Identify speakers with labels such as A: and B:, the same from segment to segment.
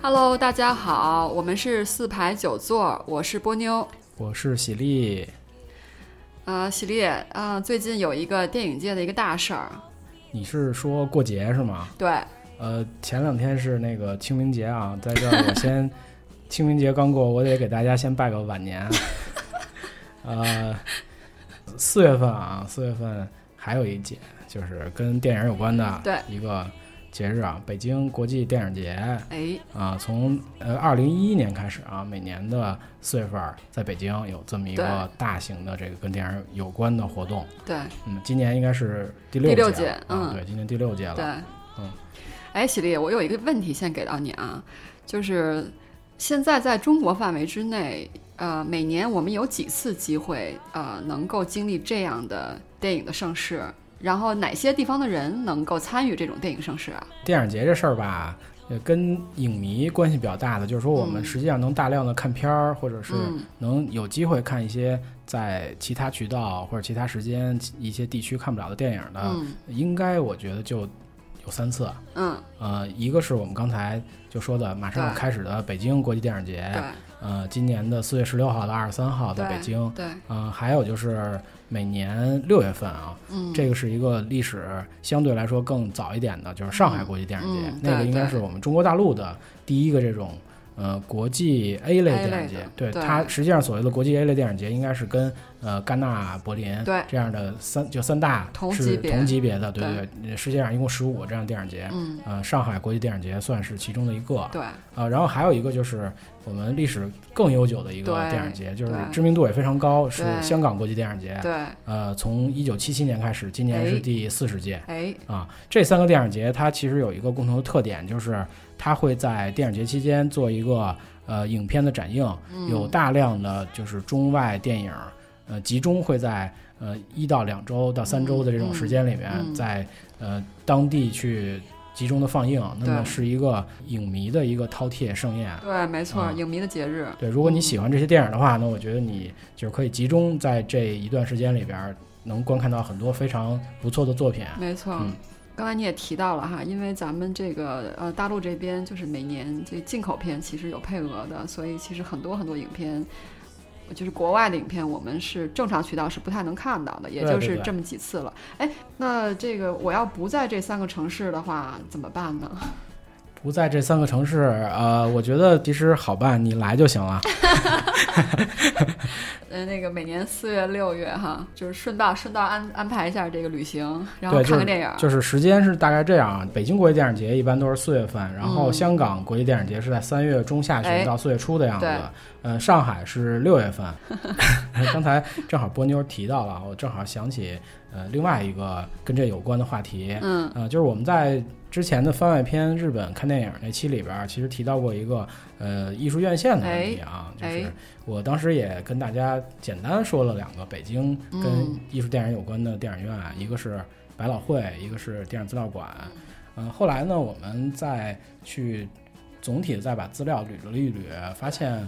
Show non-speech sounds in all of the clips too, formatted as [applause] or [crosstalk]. A: Hello，大家好，我们是四排九座，我是波妞。
B: 我是喜力，
A: 呃，喜力，呃，最近有一个电影界的一个大事儿，
B: 你是说过节是吗？
A: 对，
B: 呃，前两天是那个清明节啊，在这儿我先清明节刚过，我得给大家先拜个晚年。啊呃，四月份啊，四月份还有一节，就是跟电影有关的，
A: 对
B: 一个节日啊，北京国际电影节。
A: 哎，
B: 啊，从呃二零一一年开始啊，每年的四月份儿在北京有这么一个大型的这个跟电影有关的活动。
A: 对
B: 嗯，今年应该是第
A: 第
B: 六
A: 六
B: 届了
A: 届
B: 啊
A: 嗯
B: 对，今年第六届
A: 对
B: 了。，嗯，
A: 哎，喜力，我有一个问题先给到你啊，就是现在在中国范围之内，呃，每年我们有几次机会，呃，能够经历这样的电影的盛世？然后哪些地方的人能够参与这种电影盛世啊？
B: 电影节这事儿吧，呃，跟影迷关系比较大的，就是说我
A: 嗯
B: 们实际上能大量的看片儿，或者是
A: 嗯
B: 能有机会看一些在其他渠道或者其他时间一些地区看不了的电影的，
A: 嗯
B: 应该我觉得就有三次。
A: 嗯，
B: 呃，一个是我们刚才就说的，马上要
A: 对
B: 开始的北京国际电影节，
A: 对
B: 呃，今年的四月十六号到二十三号在
A: 对
B: 北京，
A: 对，
B: 嗯、还有就是每年六月份啊，
A: 嗯，
B: 这个是一个历史相对来说更早一点的，就是上海国际电影节，
A: 嗯嗯
B: 那个
A: 对
B: 应该
A: 对
B: 是我们中国大陆的第一个这种呃国际 A 类
A: A 类
B: 电影节
A: 的。
B: 对
A: 对
B: 它实际上所谓的国际 A 类电影节，应该是跟呃戛纳、柏林
A: 对
B: 这样的三就三大
A: 同
B: 是
A: 级别
B: 同级别的，对
A: 对
B: 对，世界上一共十五个这样的电影节。
A: 嗯
B: 呃，上海国际电影节算是其中的一个，
A: 对
B: 啊，然后还有一个就是我们历史更悠久的一个
A: 对
B: 电影节，就是
A: 对
B: 知名度也非常高，是
A: 对
B: 香港国际电影节。
A: 对，
B: 呃，从一九七七年开始，今
A: 哎
B: 年是第四十届、
A: 哎，
B: 啊。这三个电影节它其实有一个共同的特点，就是它会在电影节期间做一个呃影片的展映，
A: 嗯
B: 有大量的就是中外电影，呃，集中会在呃一到两周到三周的这种时间里面，
A: 嗯嗯
B: 在呃当地去集中的放映。那
A: 对
B: 么是一个影迷的一个饕餮盛宴。
A: 对，没错，
B: 啊
A: 影迷的节日，
B: 对，如果你
A: 嗯
B: 喜欢这些电影的话，那我觉得你就是可以集中在这一段时间里边儿，能观看到很多非常不错的作品。
A: 没错。
B: 嗯
A: 刚才你也提到了哈，因为咱们这个呃大陆这边就是每年这进口片其实有配额的，所以其实很多很多影片，就是国外的影片，我们是正常渠道是不太能看到的，也
B: 对
A: 就
B: 对
A: 是
B: 对
A: 这么几次了。哎，那这个我要不在这三个城市的话怎么办呢？ [laughs]
B: 不在这三个城市，呃，我觉得其实好办，你来就
A: [laughs]
B: 行了。
A: 呃，那个每年四月六月哈，就是顺道顺道安安排一下这个旅行，然后
B: 对，
A: 看
B: 就
A: 个电影
B: 是
A: 儿。
B: 就是时间是大概这样，北京国际电影节一般都是四月份，然后
A: 嗯
B: 香港国际电影节是在三月中下
A: 哎
B: 旬到四月初的样子
A: 对。
B: 呃，上海是六月份。 [laughs] 刚才正好波妞提到了，我正好想起呃另外一个跟这有关的话题，
A: 嗯
B: 呃，就是我们在之前的番外篇《日本看电影》那期里边儿，其实提到过一个呃艺术院线的问题啊，
A: 哎
B: 就
A: 哎
B: 是我当时也跟大家简单说了两个北京跟
A: 嗯
B: 艺术电影有关的电影院，一个是百老汇，一个是电影资料馆。嗯、后来呢，我们再去总体地再把资料捋了一捋，发现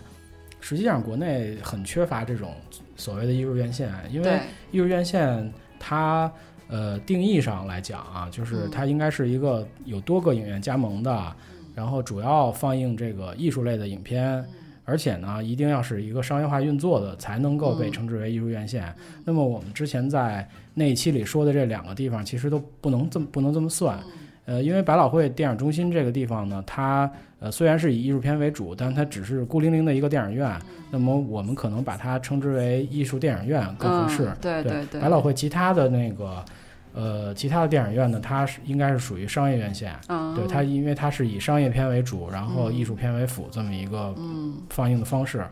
B: 实际上国内很缺乏这种所谓的艺术院线，因为
A: 对，
B: 艺术院线它呃定义上来讲啊，就是
A: 嗯
B: 它应该是一个有多个影院加盟的，然后主要放映这个艺术类的影
A: 嗯
B: 片，而且呢一定要是一个商业化运作的，才能够被
A: 嗯
B: 称之为艺术院线。那么我们之前在那一期里说的这两个地方，其实都不能这么不能这么算。
A: 嗯
B: 呃，因为百老汇电影中心这个地方呢，它呃虽然是以艺术片为主，但它只是孤零零的一个电影
A: 嗯
B: 院。那么我们可能把它称之为艺术电影院更合适。
A: 嗯对对对
B: 百老汇其他的那个呃其他的电影院呢，它是应该是属于商业院线。
A: 嗯，
B: 对它，因为它是以商业片为主，然后艺术片为辅这么一个
A: 嗯
B: 放映的方式。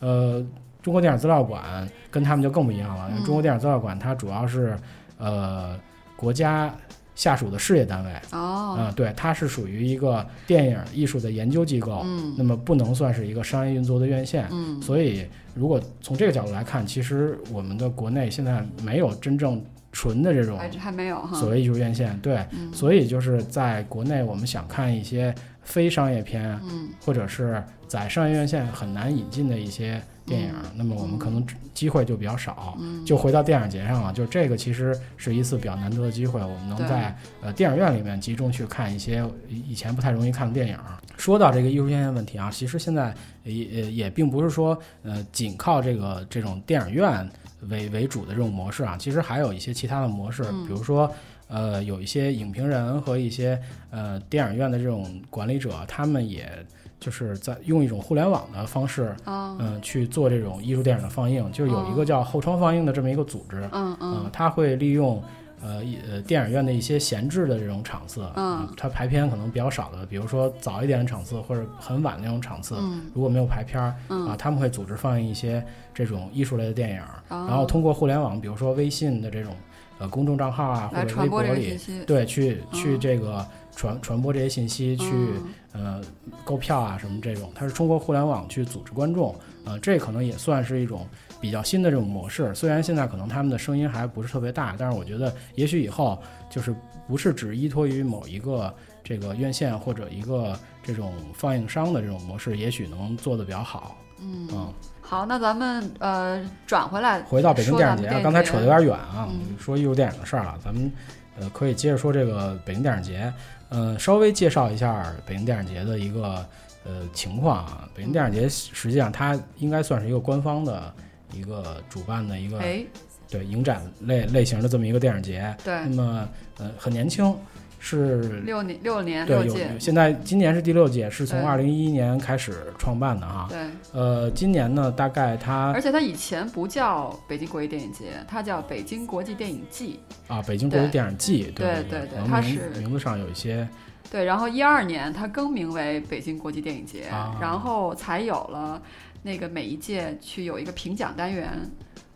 B: 呃，中国电影资料馆跟他们就更不一样了。因为
A: 嗯
B: 中国电影资料馆它主要是呃国家下属的事业单位，
A: 哦，
B: 嗯、对，它是属于一个电影艺术的研究机构，
A: 嗯
B: 那么不能算是一个商业运作的院线。
A: 嗯，
B: 所以，如果从这个角度来看，其实我们的国内现在没有真正纯的这种
A: 还还没有哈。
B: 所谓艺术院线，对，
A: 嗯
B: 所以就是在国内我们想看一些非商业片，啊
A: 嗯
B: 或者是在商业院线很难引进的一些电影，那么我们可能机会就比较少。
A: 嗯，
B: 就回到电影节上了，就这个其实是一次比较难得的机会，我们能
A: 对
B: 在呃电影院里面集中去看一些以前不太容易看的电影。说到这个艺术院线问题啊，其实现在也也也并不是说呃仅靠这个这种电影院为为主的这种模式啊，其实还有一些其他的模式，
A: 嗯
B: 比如说。呃，有一些影评人和一些呃电影院的这种管理者，啊他们也就是在用一种互联网的方式，
A: 啊
B: 嗯，去做这种艺术电影的放映，就有一个叫后窗放映的这么一个组织，
A: 哦嗯
B: 嗯
A: 嗯，
B: 它会利用呃一呃电影院的一些闲置的这种场次，
A: 嗯，
B: 它排片可能比较少的，比如说早一点的场次或者很晚的那种场次，
A: 嗯
B: 如果没有排片儿
A: 嗯
B: 啊，他们会组织放映一些这种艺术类的电影，
A: 哦
B: 然后通过互联网，比如说微信的这种呃公众账号啊或
A: 来
B: 者微
A: 传
B: 博
A: 播这个
B: 里
A: 信，息，
B: 对，去去
A: 嗯
B: 这个传传播这些信息去。
A: 嗯
B: 呃购票啊什么这种，它是通过互联网去组织观众，呃，这可能也算是一种比较新的这种模式。虽然现在可能他们的声音还不是特别大，但是我觉得也许以后就是不是只依托于某一个这个院线或者一个这种放映商的这种模式，也许能做得比较好。
A: 嗯
B: 嗯，
A: 好，那咱们呃转回来，
B: 回到北京
A: 说
B: 电
A: 咱们
B: 影节
A: 电
B: 啊，
A: 影
B: 刚才
A: 节
B: 扯得有点远啊，
A: 嗯
B: 说艺术电影的事儿了，咱们呃可以接着说这个北京电影节，呃，稍微介绍一下北京电影节的一个呃情况啊。北京电影节实际上它应该算是一个官方的一个主办的一个
A: 哎，
B: 对影展类类型的这么一个电影节，那
A: 对，
B: 么呃很年轻，是
A: 嗯六年六年
B: 对
A: 六
B: 有
A: 届
B: 有，现在今年是第六届，是从
A: 对
B: 二零一一年开始创办的啊。
A: 对，
B: 呃，今年呢，大概它
A: 而且它以前不叫北京国际电影节，它叫北京国际电影季。
B: 啊，北京国际
A: 对
B: 电影季，
A: 对
B: 对
A: 对对
B: 然后
A: 它
B: 名
A: 是
B: 名字上有一些
A: 对，然后一二年它更名为北京国际电影节，
B: 啊
A: 然后才有了那个每一届去有一个评奖单元，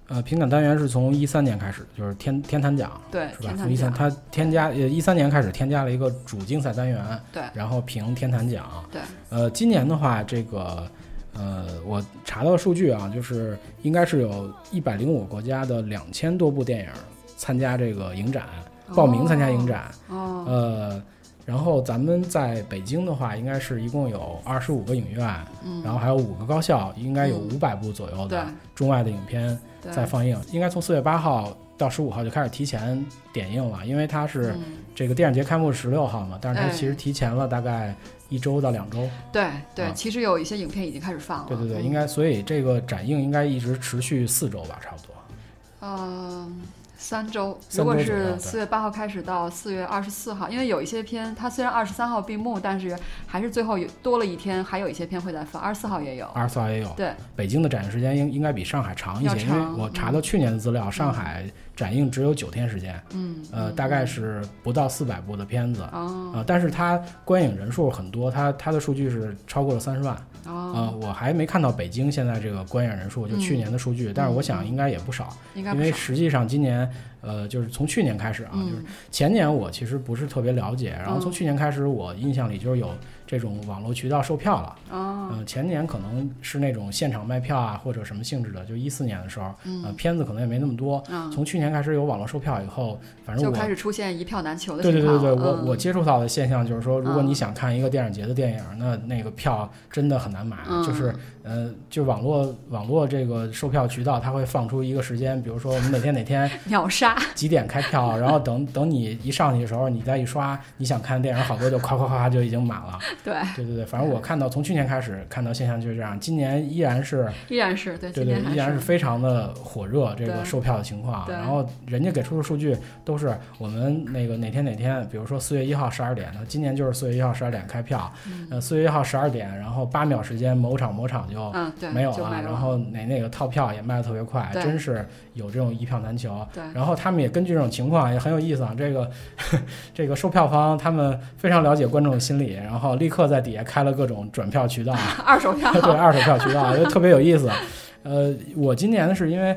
B: 呃评奖单元是从一三年开始，就是天天坛奖
A: 对，
B: 是吧
A: 天？
B: 从
A: 坛
B: 一三
A: 奖，
B: 它添加呃一三年开始添加了一个主竞赛单元，
A: 对
B: 然后评天坛奖，
A: 对，
B: 呃今年的话这个。呃，我查到的数据啊，就是应该是有一百零五国家的两千多部电影参加这个影展，报名参加影展。
A: 哦，
B: 呃，然后咱们在北京的话，应该是一共有二十五个影院，
A: 嗯，
B: 然后还有五个高校，应该有
A: 嗯
B: 五百部左右
A: 对
B: 的中外的影片
A: 对，
B: 在放映，应该从四月八号到十五号就开始提前点映了，因为它是
A: 嗯
B: 这个电影节开幕十六号嘛，但是它
A: 哎
B: 其实提前了大概一周到两周，
A: 对对，
B: 啊
A: 其实有一些影片已经开始放了，
B: 对对对，
A: 嗯
B: 应该所以这个展映应该一直持续四周吧，差不多。
A: 嗯，三周，如
B: 三周
A: 果
B: 左右
A: 是
B: 对
A: 四月八号开始到四月二十四号，因为有一些片，它虽然二十三号闭幕，但是还是最后有多了一天，还有一些片会再放，二十四号也有。
B: 二十四号也有，
A: 对，
B: 北京的展映时间应应该比上海长一
A: 要
B: 些，因为
A: 长
B: 我查到去年的资料，上海展映只有九天时间，
A: 嗯，
B: 呃，
A: 嗯
B: 大概是不到四百部的片子，
A: 哦
B: 啊，但是它观影人数很多，它它的数据是超过了三十万。
A: 哦，
B: 呃，我还没看到北京现在这个观影人数，就
A: 嗯
B: 去年的数据，但是我想
A: 嗯
B: 应该也不少，
A: 应该
B: 因
A: 不
B: 为
A: 少。
B: 实际上今年，呃，就是从去年开始啊，就是
A: 嗯，
B: 前年我其实不是特别了解，然后从去年开始，我印象里就是有这种网络渠道售票了。
A: 哦，
B: 嗯、前年可能是那种现场卖票啊，或者什么性质的，就一四年的时候，呃，
A: 嗯
B: 片子可能也没那么多。
A: 嗯，
B: 从去年开始有网络售票以后，反正
A: 就
B: 我
A: 开始出现一票难求的
B: 对对
A: 情
B: 对
A: 况。
B: 对，我
A: 嗯
B: 我接触到的现象就是说，如果
A: 嗯
B: 你想看一个电影节的电影，那那个票真的很难买，
A: 嗯
B: 就是呃，就网络网络这个售票渠道，它会放出一个时间，比如说我们哪天
A: [laughs]
B: 哪天
A: [laughs] 秒杀，
B: 几点开票，然后等等你一上去的时候，你再一刷，你想看的电影好多就夸夸夸就已经满了。
A: 对，
B: 对对对，反正我看到从去年开始看到现象就是这样，今年依然是
A: 依然是对，今
B: 对对
A: 天，还
B: 依然是非常的火热这个
A: 对
B: 售票的情况。啊
A: 对
B: 然后人家给出的数据都是我们那个哪天哪天，比如说四月一号十二点，那今年就是四月一号十二点开票，
A: 嗯
B: 呃，四月一号十二点，然后八秒时间某场某场就
A: 嗯，对，
B: 没有
A: 就
B: 了，
A: 没有
B: 然后哪那个套票也卖的特别快，
A: 对
B: 真是有这种一票难求。
A: 对
B: 然后他们也根据这种情况也很有意思啊，这个这个售票方他们非常了解观众的心理，然后立刻在底下开了各种转票渠
A: [laughs]
B: 道。啊
A: 二手票，
B: [laughs] 对，二手票渠道，就特别有意思。呃，我今年是因为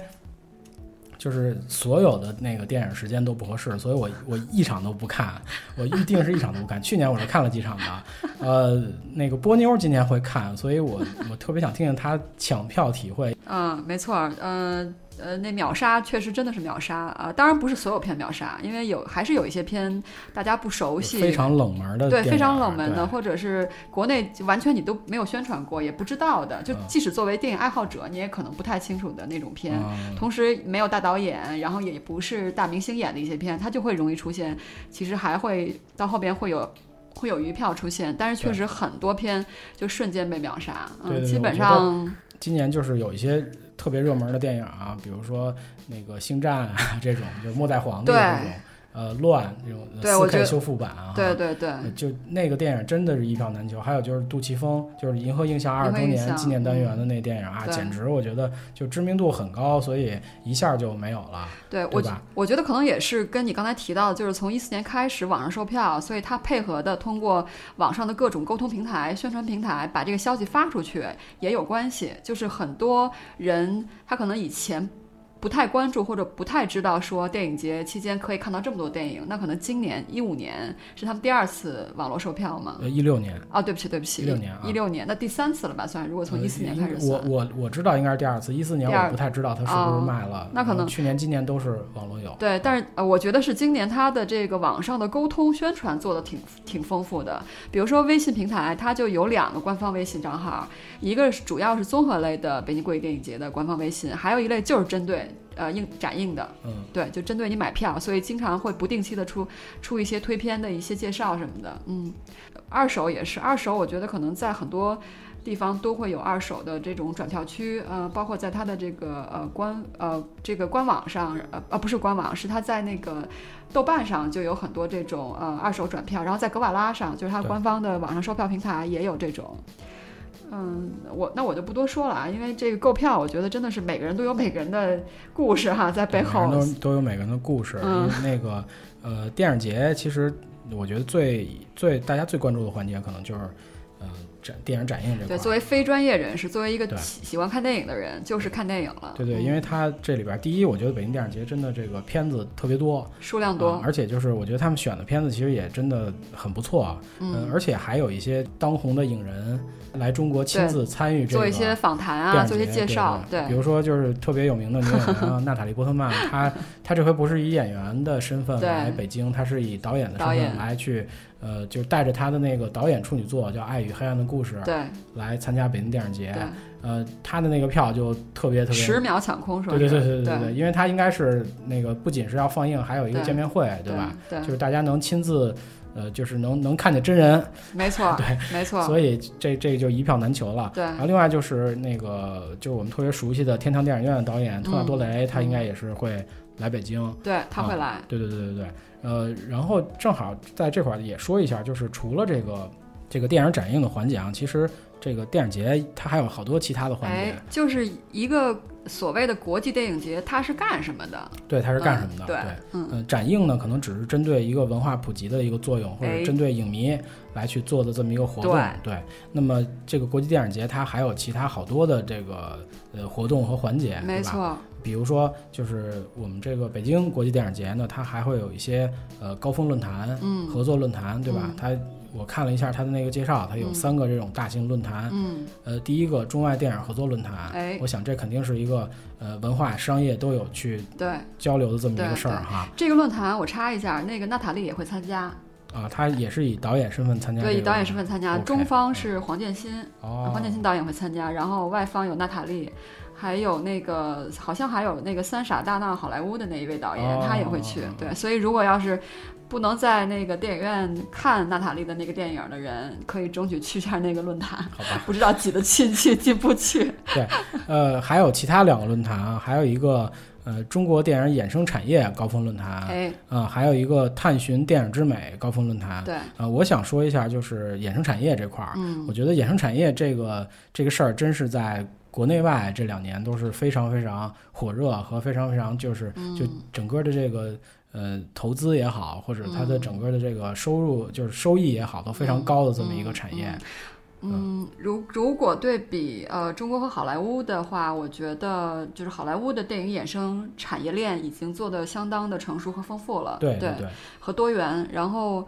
B: 就是所有的那个电影时间都不合适，所以我我一场都不看，我预定是一场都不看。去年我是看了几场的，呃，那个波妞今年会看，所以我我特别想听听她抢票体会。
A: 嗯，没错儿，嗯、呃，那秒杀确实真的是秒杀啊、呃当然不是所有片秒杀，因为有还是有一些片大家不熟悉，
B: 非常冷门的
A: 对
B: 电影啊
A: 非常冷门的，
B: 对
A: 或者是国内完全你都没有宣传过，也不知道的，就
B: 嗯
A: 即使作为电影爱好者，你也可能不太清楚的那种片。
B: 嗯
A: 同时没有大导演，然后也不是大明星演的一些片，它就会容易出现。其实还会到后边会有会有余票出现，但是确实很多片就瞬间被秒杀。
B: 对对
A: 嗯，
B: 对
A: 基本
B: 我
A: 上
B: 今年就是有一些特别热门的电影啊，比如说那个《星战》啊这种，就是末代皇帝
A: 对
B: 这种，呃，乱这种
A: 对我
B: 四
A: 觉
B: K
A: 得
B: 修复版啊，
A: 对对对，
B: 呃就那个电影真的是一票难求。还有就是杜琪峰，就是银河映像二
A: 银河
B: 十周
A: 映
B: 年
A: 像嗯
B: 纪念单元的那电影啊，
A: 对
B: 简直我觉得就知名度很高，所以一下就没有了。
A: 对
B: 对
A: 我
B: 吧
A: 我觉得可能也是跟你刚才提到的，就是从一四年开始网上售票，所以它配合的通过网上的各种沟通平台、宣传平台把这个消息发出去也有关系。就是很多人他可能以前不太关注或者不太知道说电影节期间可以看到这么多电影，那可能今年一五年是他们第二次网络售票嘛？
B: 呃，一六年，
A: 哦，对不起，对不起，
B: 16年啊
A: 一六年，那第三次了吧？算，如果从一四年开始
B: 呃
A: 算，
B: 我我我知道应该是第二次，一四年
A: 第二
B: 我不太知道它是不是
A: 哦
B: 卖了，
A: 那可能
B: 然后去年、今年都是网络有。
A: 对，但是呃，我觉得是今年它的这个网上的沟通宣传做的挺挺丰富的。比如说微信平台，它就有两个官方微信账号，一个是主要是综合类的北京国际电影节的官方微信，还有一类就是针对呃映展映的，
B: 嗯，
A: 对，就针对你买票，所以经常会不定期的出出一些推片的一些介绍什么的。嗯，二手也是，二手我觉得可能在很多地方都会有二手的这种转票区，呃，包括在它的这个呃官呃这个官网上，呃呃不是官网，是它在那个豆瓣上就有很多这种呃二手转票，然后在格瓦拉上，就是它
B: 对
A: 官方的网上售票平台也有这种。嗯，我那我就不多说了啊，因为这个购票，我觉得真的是每个人都有每个人的故事哈，在背
B: 每个
A: 后
B: 人都都有每个人的故事。因
A: 嗯
B: 为那个呃，电影节其实我觉得最最大家最关注的环节，可能就是呃展电影展映这块
A: 对，
B: 儿。
A: 作为非专业人士，作为一
B: 对
A: 个喜喜欢看电影的人，就是看电影了。
B: 对对，
A: 嗯
B: 因为它这里边儿第一，我觉得北京电影节真的这个片子特别多，
A: 数量
B: 啊
A: 多，
B: 而且就是我觉得他们选的片子其实也真的很不错啊。嗯，
A: 嗯，
B: 而且还有一些当红的影人来中国亲
A: 对
B: 自参与这个
A: 做一些访谈啊，做
B: 电
A: 一
B: 影
A: 些
B: 节
A: 介绍，
B: 对比如说就是特别有名的女演员
A: [laughs]
B: 啊娜塔莉波特曼，她她这回不是以演员的身份
A: 对
B: 来北京，她是以导演的身
A: 导
B: 份
A: 演
B: 来去，呃，就带着她的那个导演处女作叫《爱与黑暗的故事》
A: 对
B: 来参加北京电影节，
A: 对
B: 呃，她的那个票就特别特
A: 对，
B: 别
A: 十秒抢空说
B: 对
A: 是，
B: 对对对
A: 对
B: 对，因为她应该是那个不仅是要放映，还有一个
A: 对
B: 见面会，
A: 对
B: 吧？？
A: 对
B: 就是大家能亲自，呃，就是能能看见真人，
A: 没错，没错，
B: 所以这这就一票难求了。
A: 对
B: 然后另外就是那个，就是我们特别熟悉的天堂电影院的导演托马多
A: 嗯
B: 雷，他应该也是会来北京。
A: 对，他会
B: 嗯
A: 来，
B: 对对对对对，呃，然后正好在这块儿也说一下，就是除了这个这个电影展映的环节啊，其实这个电影节它还有好多其他的环节，
A: 哎，就是一个所谓的国际电影节，它是干什么的？
B: 对，它是干什么的？
A: 嗯
B: 对
A: 对，
B: 嗯
A: 嗯、
B: 展映呢，可能只是针对一个文化普及的一个作用，或者
A: 哎
B: 针对影迷来去做的这么一个活动。对，那么这个国际电影节它还有其他好多的这个呃活动和环节，
A: 没
B: 对吧？
A: 错，
B: 比如说，就是我们这个北京国际电影节呢，它还会有一些呃高峰论坛、
A: 嗯
B: 合作论坛，对吧？
A: 嗯
B: 它我看了一下它的那个介绍，它有
A: 嗯
B: 三个这种大型论坛，
A: 嗯，
B: 呃，第一个中外电影合作论坛，
A: 哎
B: 我想这肯定是一个呃文化商业都有去
A: 对，
B: 交流的这么一个
A: 对
B: 事儿
A: 对
B: 哈。
A: 这个论坛我插一下，那个娜塔莉也会参加，
B: 啊，他也是以导演身份参加这个
A: 对，以
B: 活动。
A: 导演身份啊参加，
B: OK，
A: 中方
B: 嗯
A: 是黄建新，
B: 哦，
A: 黄建新导演会参加，然后外方有娜塔莉，还有那个好像还有那个《三傻大闹好莱坞》的那一位导演，
B: 哦
A: 他也会去
B: 哦哦。
A: 对，所以如果要是不能在那个电影院看娜塔莉的那个电影的人，可以争取去一下那个论坛，
B: 好吧，
A: 不知道挤得进去进不去。
B: 呃，还有其他两个论坛啊，还有一个呃中国电影衍生产业高峰论坛，啊、
A: 哎，
B: 还有一个探寻电影之美高峰论坛。啊、
A: 对，
B: 我想说一下，就是衍生产业这块儿，
A: 嗯
B: 我觉得衍生产业这个这个事儿，真是在国内外这两年都是非常非常火热和非常非常就是就
A: 嗯，
B: 整个的这个呃投资也好，或者它的
A: 嗯
B: 整个的这个收入就是收益也好，都非常
A: 嗯
B: 高的这么一个
A: 嗯
B: 产业。
A: 嗯嗯，如如果对比呃中国和好莱坞的话，我觉得就是好莱坞的电影衍生产业链已经做得相当的成熟和丰富了。
B: 对
A: 对
B: 对，
A: 和多元，然后。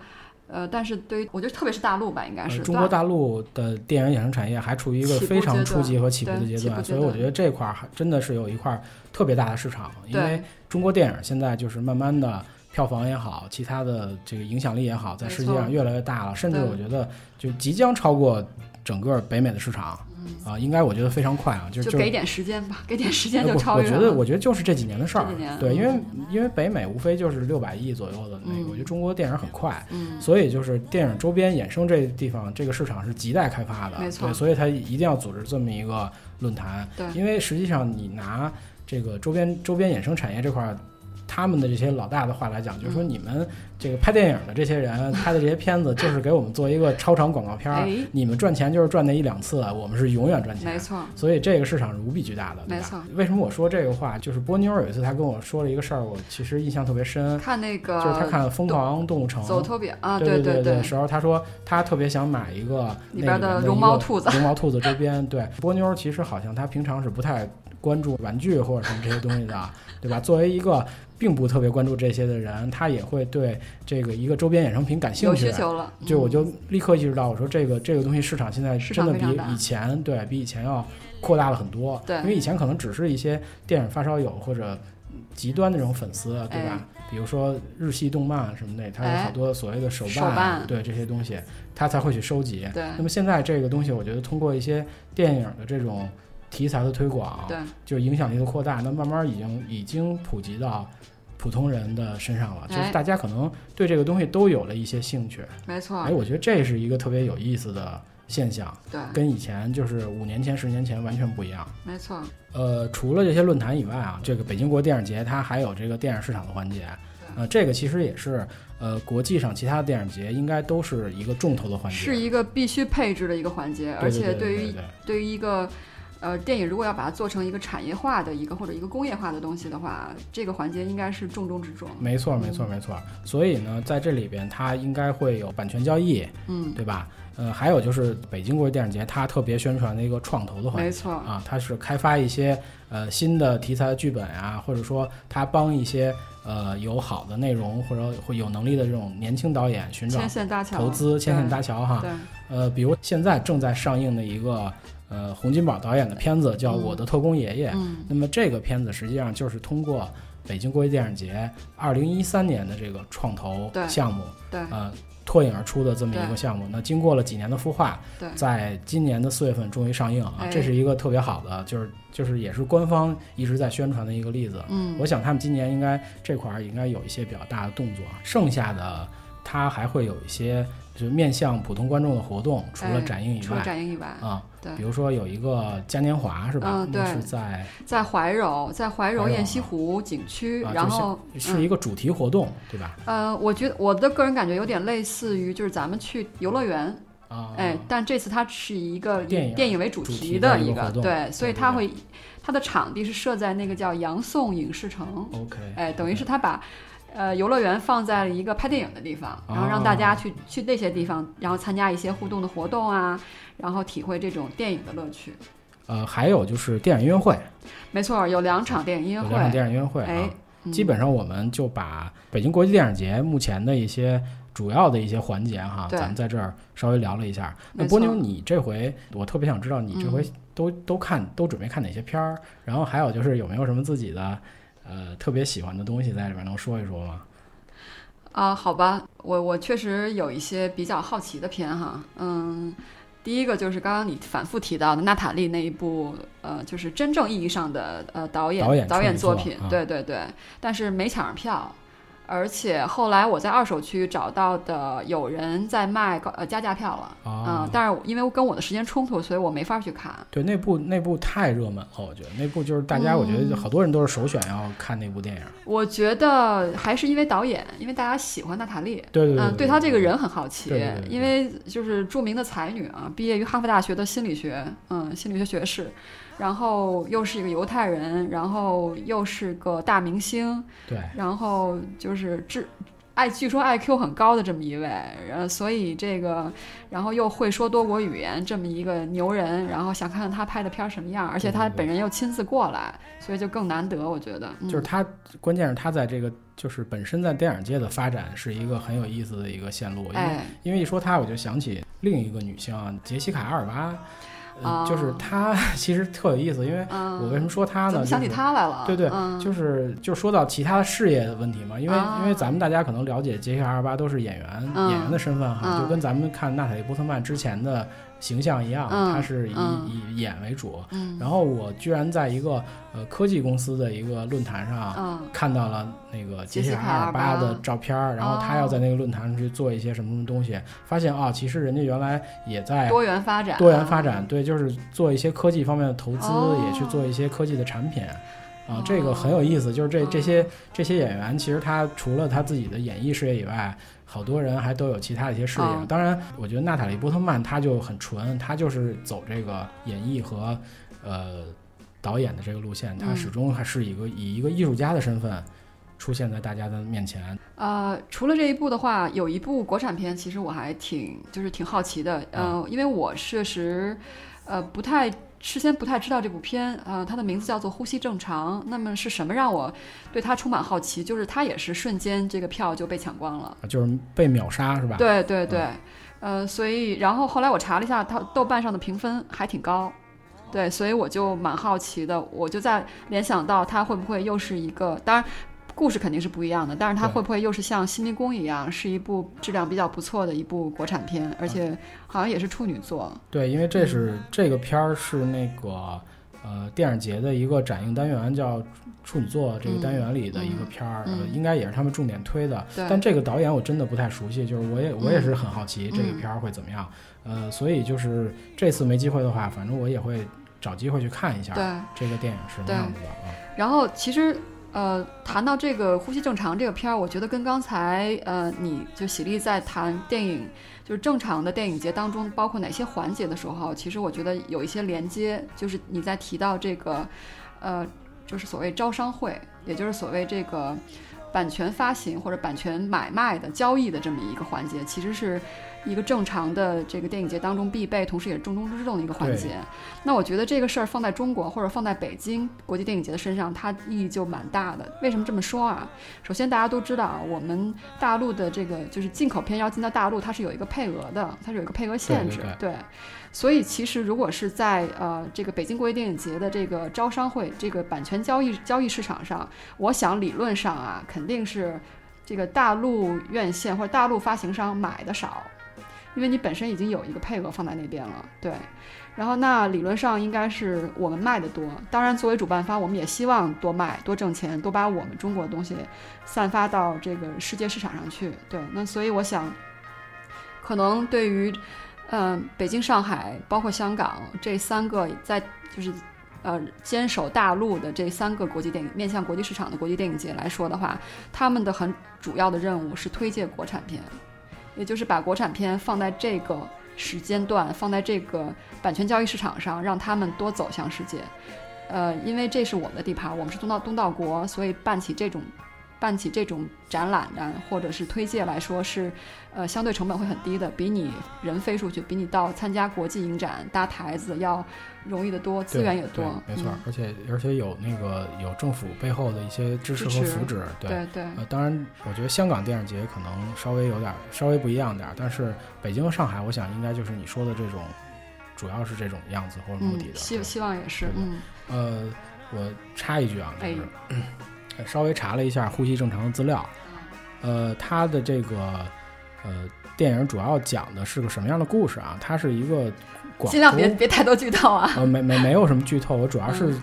A: 呃，但是对于我觉得特别是大陆吧，应该是、
B: 呃中国大陆的电影衍生产业还处于一个
A: 起步
B: 非常
A: 阶
B: 初
A: 段
B: 级和起步的
A: 对
B: 阶
A: 起步
B: 段，
A: 阶
B: 所以我
A: 段
B: 觉得这块儿还真的是有一块儿特别大的市场，因
A: 对
B: 为中国电影现在就是慢慢的。票房也好，其他的这个影响力也好，在
A: 没
B: 世界上
A: 错
B: 越来越大了，甚至
A: 对
B: 我觉得就即将超过整个北美的市场啊、应该我觉得非常快啊，就
A: 嗯就
B: 就
A: 给点时间吧，给点时
B: 哎
A: 间就
B: 不
A: 超
B: 我
A: 越
B: 觉
A: 了。
B: 得，我觉得就是这几年的事儿
A: 这几年。
B: 对，因为
A: 嗯
B: 因为北美无非就是六百亿左右的那个，
A: 嗯
B: 我觉得中国电影很快，
A: 嗯，
B: 所以就是电影周边衍生这地方这个市场是亟待开发的，
A: 没错
B: 对，所以它一定要组织这么一个论坛，
A: 对
B: 因为实际上你拿这个周边周边衍生产业这块儿。他们的这些老大的话来讲，
A: 嗯
B: 就是说你们这个拍电影的这些人拍的这些片子，就是给我们做一个超长广告片儿
A: 哎，
B: 你们赚钱就是赚那一两次，我们是永远赚钱。
A: 没错，
B: 所以这个市场是无比巨大的，对
A: 没
B: 吧
A: 错。
B: 为什么我说这个话？就是波妞有一次她跟我说了一个事儿，我其实印象特别深，
A: 看那个
B: 呃就是她看《疯狂动物城》
A: 呃走托比啊，
B: 对
A: 对
B: 对时候，她说她特别想买一个
A: 里边
B: 那里
A: 的
B: 一
A: 绒
B: 个
A: 毛兔子
B: [laughs] 绒毛兔子周边。对，波妞其实好像她平常是不太关注玩具或者什么这些东西的，对吧？作为一个并不特别关注这些的人，她也会对这个一个周边衍生品感兴
A: 有
B: 趣。啊
A: 需求了，
B: 就我
A: 嗯
B: 就立刻意识到，我说这个这个东西市场现在
A: 市
B: 真
A: 场
B: 的
A: 非常大
B: 比以前对比以前要扩大了很多。
A: 对
B: 因为以前可能只是一些电影发烧友或者极端的这种粉丝，啊对吧？比如说日系动漫什么的，它有
A: 哎
B: 好多所谓的手
A: 手
B: 办，
A: 办
B: 对这些东西，他才会去收集。
A: 嗯对
B: 那么现在这个东西，我觉得通过一些电影的这种题材的推广，
A: 对，
B: 就影响力的扩大，那慢慢已经已经普及到普通人的身上了，就是
A: 哎
B: 大家可能对这个东西都有了一些兴趣。
A: 没错
B: 哎，，我觉得这是一个特别有意思的现象，
A: 对，
B: 跟以前就是五年前、十年前完全不一样。
A: 没错，
B: 呃，除了这些论坛以外啊，这个北京国际电影节它还有这个电影市场的环节，呃，这个其实也是呃国际上其他的电影节应该都是一个重头的环节，
A: 是一个必须配置的一个环节，而
B: 对对
A: 且
B: 对
A: 对于
B: 对对
A: 对于一个呃电影，如果要把它做成一个产业化的一个或者一个工业化的东西的话，这个环节应该是重中之重。
B: 没错，没
A: 嗯
B: 错，没错。所以呢，在这里边，它应该会有版权交易，
A: 嗯，
B: 对吧？呃，还有就是北京国际电影节，它特别宣传的一个创投的环节。
A: 没错，
B: 啊，它是开发一些呃新的题材的剧本啊，或者说它帮一些呃有好的内容或者会有能力的这种年轻导演寻找
A: 牵线搭桥，
B: 投资，牵线搭桥哈。
A: 对，
B: 呃，比如现在正在上映的一个呃洪金宝导演的片子叫《我的特工爷爷》，
A: 嗯，
B: 那么这个片子实际上就是通过北京国际电影节二零一三年的这个创投
A: 对
B: 项目，
A: 对，
B: 呃脱颖而出的这么一个
A: 对
B: 项目。那经过了几年的孵化
A: 对，
B: 在今年的四月份终于上映啊
A: 哎，
B: 这是一个特别好的，就是就是也是官方一直在宣传的一个例子。
A: 嗯，
B: 我想他们今年应该这块儿应该有一些比较大的动作，啊剩下的它还会有一些就是面向普通观众的活动，除了
A: 哎
B: 展映以
A: 除了
B: 外
A: 展映以外，
B: 啊
A: 对，
B: 比如说有一个嘉年华是吧？
A: 嗯
B: 那
A: 对
B: 是在
A: 在怀柔，在怀柔
B: 怀柔
A: 雁西湖景区，
B: 啊
A: 然
B: 就是
A: 后
B: 是一个主题活动对吧？
A: 呃，我觉得我的个人感觉有点类似于就是咱们去游乐园，
B: 啊，
A: 哎，但这次它是以一个以
B: 电影
A: 电影为主
B: 主
A: 题
B: 题的一
A: 一
B: 个活动
A: 对，所以
B: 对对
A: 它
B: 对
A: 会它的场地是设在那个叫杨宋影视城，
B: ，OK，
A: 哎，等于是它把。呃，游乐园放在了一个拍电影的地方，然后让大
B: 哦
A: 家去、去那些地方，然后参加一些互动的活动啊，然后体会这种电影的乐趣。
B: 呃，还有就是电影音乐会，
A: 没错，有两场电影音乐
B: 有
A: 会
B: 两，场电影音乐会啊
A: 哎，，嗯
B: 基本上我们就把北京国际电影节目前的一些主要的一些环节哈，
A: 对
B: 咱们在这儿稍微聊了一下。那
A: 没
B: 波
A: 错嗯
B: 妞，你这回我特别想知道你这回都、都看都准备看哪些片儿，然后还有就是有没有什么自己的呃特别喜欢的东西在里边能说一说吗？
A: 啊、好吧，我我确实有一些比较好奇的片哈，嗯，第一个就是刚刚你反复提到的娜塔莉那一部，呃，就是真正意义上的呃导演
B: 导演处女
A: 作
B: 作
A: 品，
B: 啊
A: 对对对，但是没抢上票，而且后来我在二手区找到的有人在卖高呃加价票了，
B: 啊、
A: 嗯、但是因为跟我的时间冲突，所以我没法去看，
B: 对，那部那部太热门了，我觉得那部就是大
A: 嗯
B: 家，我觉得好多人都是首选要看那部电影。
A: 我觉得还是因为导演，因为大家喜欢娜塔莉，
B: 对对对，
A: 嗯，对她这个人很好奇，
B: 对对对对
A: 因为就是著名的才女啊，毕业于哈佛大学的心理学，嗯，心理学学士，然后又是一个犹太人，然后又是个大明星，
B: 对，
A: 然后就是智。爱据说 IQ 很高的这么一位，呃，所以这个，然后又会说多国语言这么一个牛人，然后想看看他拍的片儿什么样，而且他本人又亲自过来，所以就更难得，我觉得。嗯、
B: 就是他，关键是他在这个就是本身在电影界的发展是一个很有意思的一个线路，因为、
A: 哎，
B: 因为一说她，我就想起另一个女性啊，杰西卡·阿尔巴，呃
A: 啊
B: 就是她 [laughs] 其实特有意思，因为我为
A: 嗯，
B: 什么说她
A: 怎
B: 呢？
A: 么想起
B: 就是
A: 他来了？
B: 对对
A: 嗯，
B: 就是就说到其他的事业的问题嘛，因为、
A: 啊
B: 因为咱们大家可能了解杰西卡·阿尔巴都是演员、
A: 嗯
B: 演员的身份哈，
A: 嗯
B: 就跟咱们看娜塔莉·波特曼之前的形象一样，
A: 嗯
B: 她是以、
A: 嗯
B: 以演为主。
A: 嗯
B: 然后我居然在一个呃科技公司的一个论坛上。
A: 嗯
B: 看到了那个
A: 杰
B: 杰西
A: 西
B: 卡·
A: 卡
B: 阿尔巴
A: 阿尔巴哦
B: 的照片儿，然后她要在那个论坛上去做一些什么什么东西，发现啊，其实人家原来也在
A: 多元发展，
B: 哎
A: 啊
B: 多元发展，对，就是做一些科技方面的投资，
A: 哦
B: 也去做一些科技的产品，啊
A: 哦，
B: 这个很有意思。就是这
A: 哦
B: 这些这些演员，其实他除了他自己的演艺事业以外，好多人还都有其他的一些事业
A: 哦。
B: 当然，我觉得娜塔莉波特曼她就很纯，她就是走这个演艺和呃导演的这个路线，她
A: 嗯
B: 始终还是一个以一个艺术家的身份出现在大家的面前。
A: 呃，除了这一部的话，有一部国产片，其实我还挺就是挺好奇
B: 啊
A: 的，呃，因为我确实，呃，不太事先不太知道这部片，呃，它的名字叫做《呼吸正常》。那么是什么让我对它充满好奇？就是它也是瞬间这个票就被抢光了。
B: 啊就是被秒杀是吧？嗯
A: 对对对，呃，所以然后后来我查了一下，它豆瓣上的评分还挺高，对，所以我就蛮好奇的，我就在联想到它会不会又是一个，当然故事肯定是不一样的，但是它
B: 对
A: 会不会又是像《新迷宫》一样，是一部质量比较不错的一部国产片，而
B: 嗯
A: 且好像也是处女作，
B: 对，因为这是这个片儿是那个呃电影节的一个展映单元，叫处女座这个单元里的一个片儿，
A: 嗯嗯
B: 呃，应该也是他们重点推的。
A: 对
B: 但这个导演我真的不太熟悉，就是我也我也是很好奇
A: 嗯
B: 这个片儿会怎么样，呃，所以就是这次没机会的话，反正我也会找机会去看一下
A: 对。
B: 这个电影是什么样子的啊。
A: 然后其实呃，谈到这个《呼吸正常》这个片儿，我觉得跟刚才呃，你就喜力在谈电影就是正常的电影节当中包括哪些环节的时候，其实我觉得有一些连接，就是你在提到这个呃，就是所谓招商会，也就是所谓这个。版权发行或者版权买卖的交易的这么一个环节，其实是一个正常的这个电影节当中必备，同时也是重中之重的一个环
B: 对
A: 节。那我觉得这个事儿放在中国或者放在北京国际电影节的身上，它意义就蛮大的。为什么这么说啊？首先，大家都知道，我们大陆的这个就是进口片要进到大陆，它是有一个配额的，它是有一个配额限制。
B: 对对
A: 所以其实如果是在呃这个北京国际电影节的这个招商会这个版权交易交易市场上，我想理论上啊，肯定是这个大陆院线或者大陆发行商买的少，因为你本身已经有一个配额放在那边了，对。然后那理论上应该是我们卖的多，当然作为主办方，我们也希望多卖、多挣钱、多把我们中国的东西散发到这个世界市场上去。对，那所以我想，可能对于嗯、北京、上海，包括香港这三个在就是。呃，坚守大陆的这三个国际电影面向国际市场的国际电影节来说的话，他们的很主要的任务是推介国产片，也就是把国产片放在这个时间段，放在这个版权交易市场上，让他们多走向世界。呃，因为这是我们的地盘，我们是东道东道国，所以办起这种办起这种展览啊，或者是推介来说是，呃，相对成本会很低的，比你人飞出去，比你到参加国际影展搭台子要容易得多，资
B: 对
A: 源也
B: 对
A: 多，嗯
B: 没错，而且而且有那个有政府背后的一些支持
A: 支
B: 和
A: 持
B: 扶持，
A: 嗯、对对，
B: 呃，当然，我觉得香港电影节可能稍微有点儿稍微不一样点儿，但是北京和上海，我想应该就是你说的这种，主要是这种样子或者目
A: 嗯
B: 的，的。
A: 希希望也是
B: 对，的
A: 嗯
B: 呃，我插一句啊，就
A: 哎
B: 是、呃稍微查了一下呼吸正常的资料，呃，它的这个呃电影主要讲的是个什么样的故事啊？它是一个广
A: 尽量别嗯
B: 州
A: 别太多剧透啊。
B: 呃，没没没有什么剧透，我主要是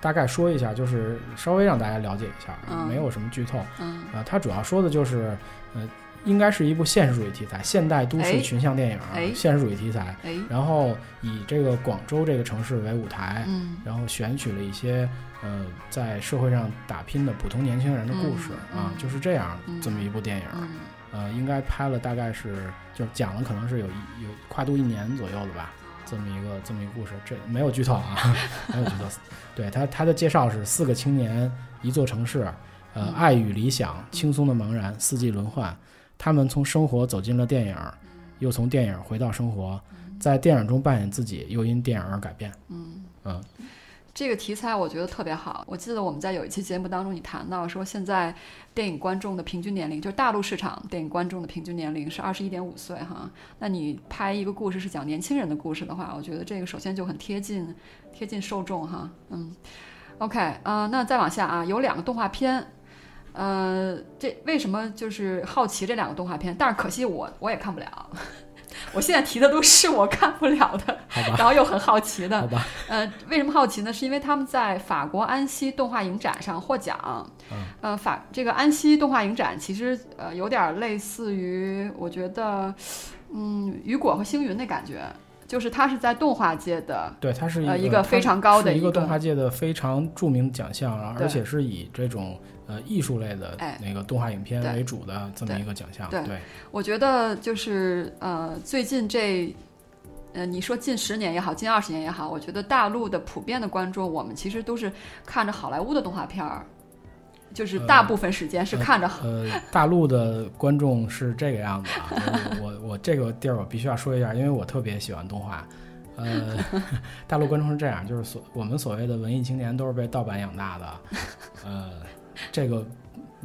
B: 大概说一下，就是稍微让大家了解一下，
A: 嗯
B: 没有什么剧透。
A: 嗯
B: 呃，它主要说的就是，呃，应该是一部现实主义题材，现代都市
A: 哎
B: 群像电影，
A: 哎
B: 现实主义题材，
A: 哎，
B: 然后以这个广州这个城市为舞台，
A: 嗯
B: 然后选取了一些呃在社会上打拼的普通年轻人的故事、
A: 嗯
B: 啊，
A: 嗯
B: 就是这样、
A: 嗯
B: 这么一部电影，
A: 嗯
B: 呃，应该拍了大概是就是讲了可能是有一有跨度一年左右的吧。这么一个这么一个故事，这没有剧 [laughs] 透啊，没有剧透。对他他的介绍是四个青年，一座城市，呃，爱与理想，轻松的茫然，四季轮换，他们从生活走进了电影，又从电影回到生活，在电影中扮演自己，又因电影而改变。嗯
A: 这个题材我觉得特别好。我记得我们在有一期节目当中，你谈到说，现在电影观众的平均年龄，就是大陆市场电影观众的平均年龄是二十一点五岁哈。那你拍一个故事是讲年轻人的故事的话，我觉得这个首先就很贴近贴近受众哈。嗯，OK 啊、那再往下啊，有两个动画片。呃，这为什么就是好奇这两个动画片？但是可惜我我也看不了， [laughs] 我现在提的都是我看不了的，
B: 好吧，
A: 然后又很好奇的
B: 好。吧，
A: 呃，为什么好奇呢？是因为他们在法国安息动画影展上获奖。
B: 嗯
A: 呃，法这个安息动画影展其实呃有点类似于，我觉得，嗯，雨果和星云的感觉，就是它是在动画界的
B: 对，它是一个,、
A: 呃一个非常高的
B: 一
A: 一个
B: 动画界的非常著名奖项，然后而
A: 对
B: 且是以这种呃艺术类的
A: 哎
B: 那个动画影片
A: 对
B: 为主的这么
A: 对
B: 一个奖项。
A: 对我觉得就是呃，最近这，呃，你说近十年也好，近二十年也好，我觉得大陆的普遍的观众，我们其实都是看着好莱坞的动画片儿，就是大
B: 嗯
A: 部分时间是看着好、
B: 呃，大陆的观众是这个样子啊，就是我我这个地儿我必须要说一下，因为我特别喜欢动画。呃， [laughs] 大陆观众是这样，就是所我们所谓的文艺青年都是被盗版养大的，呃，这个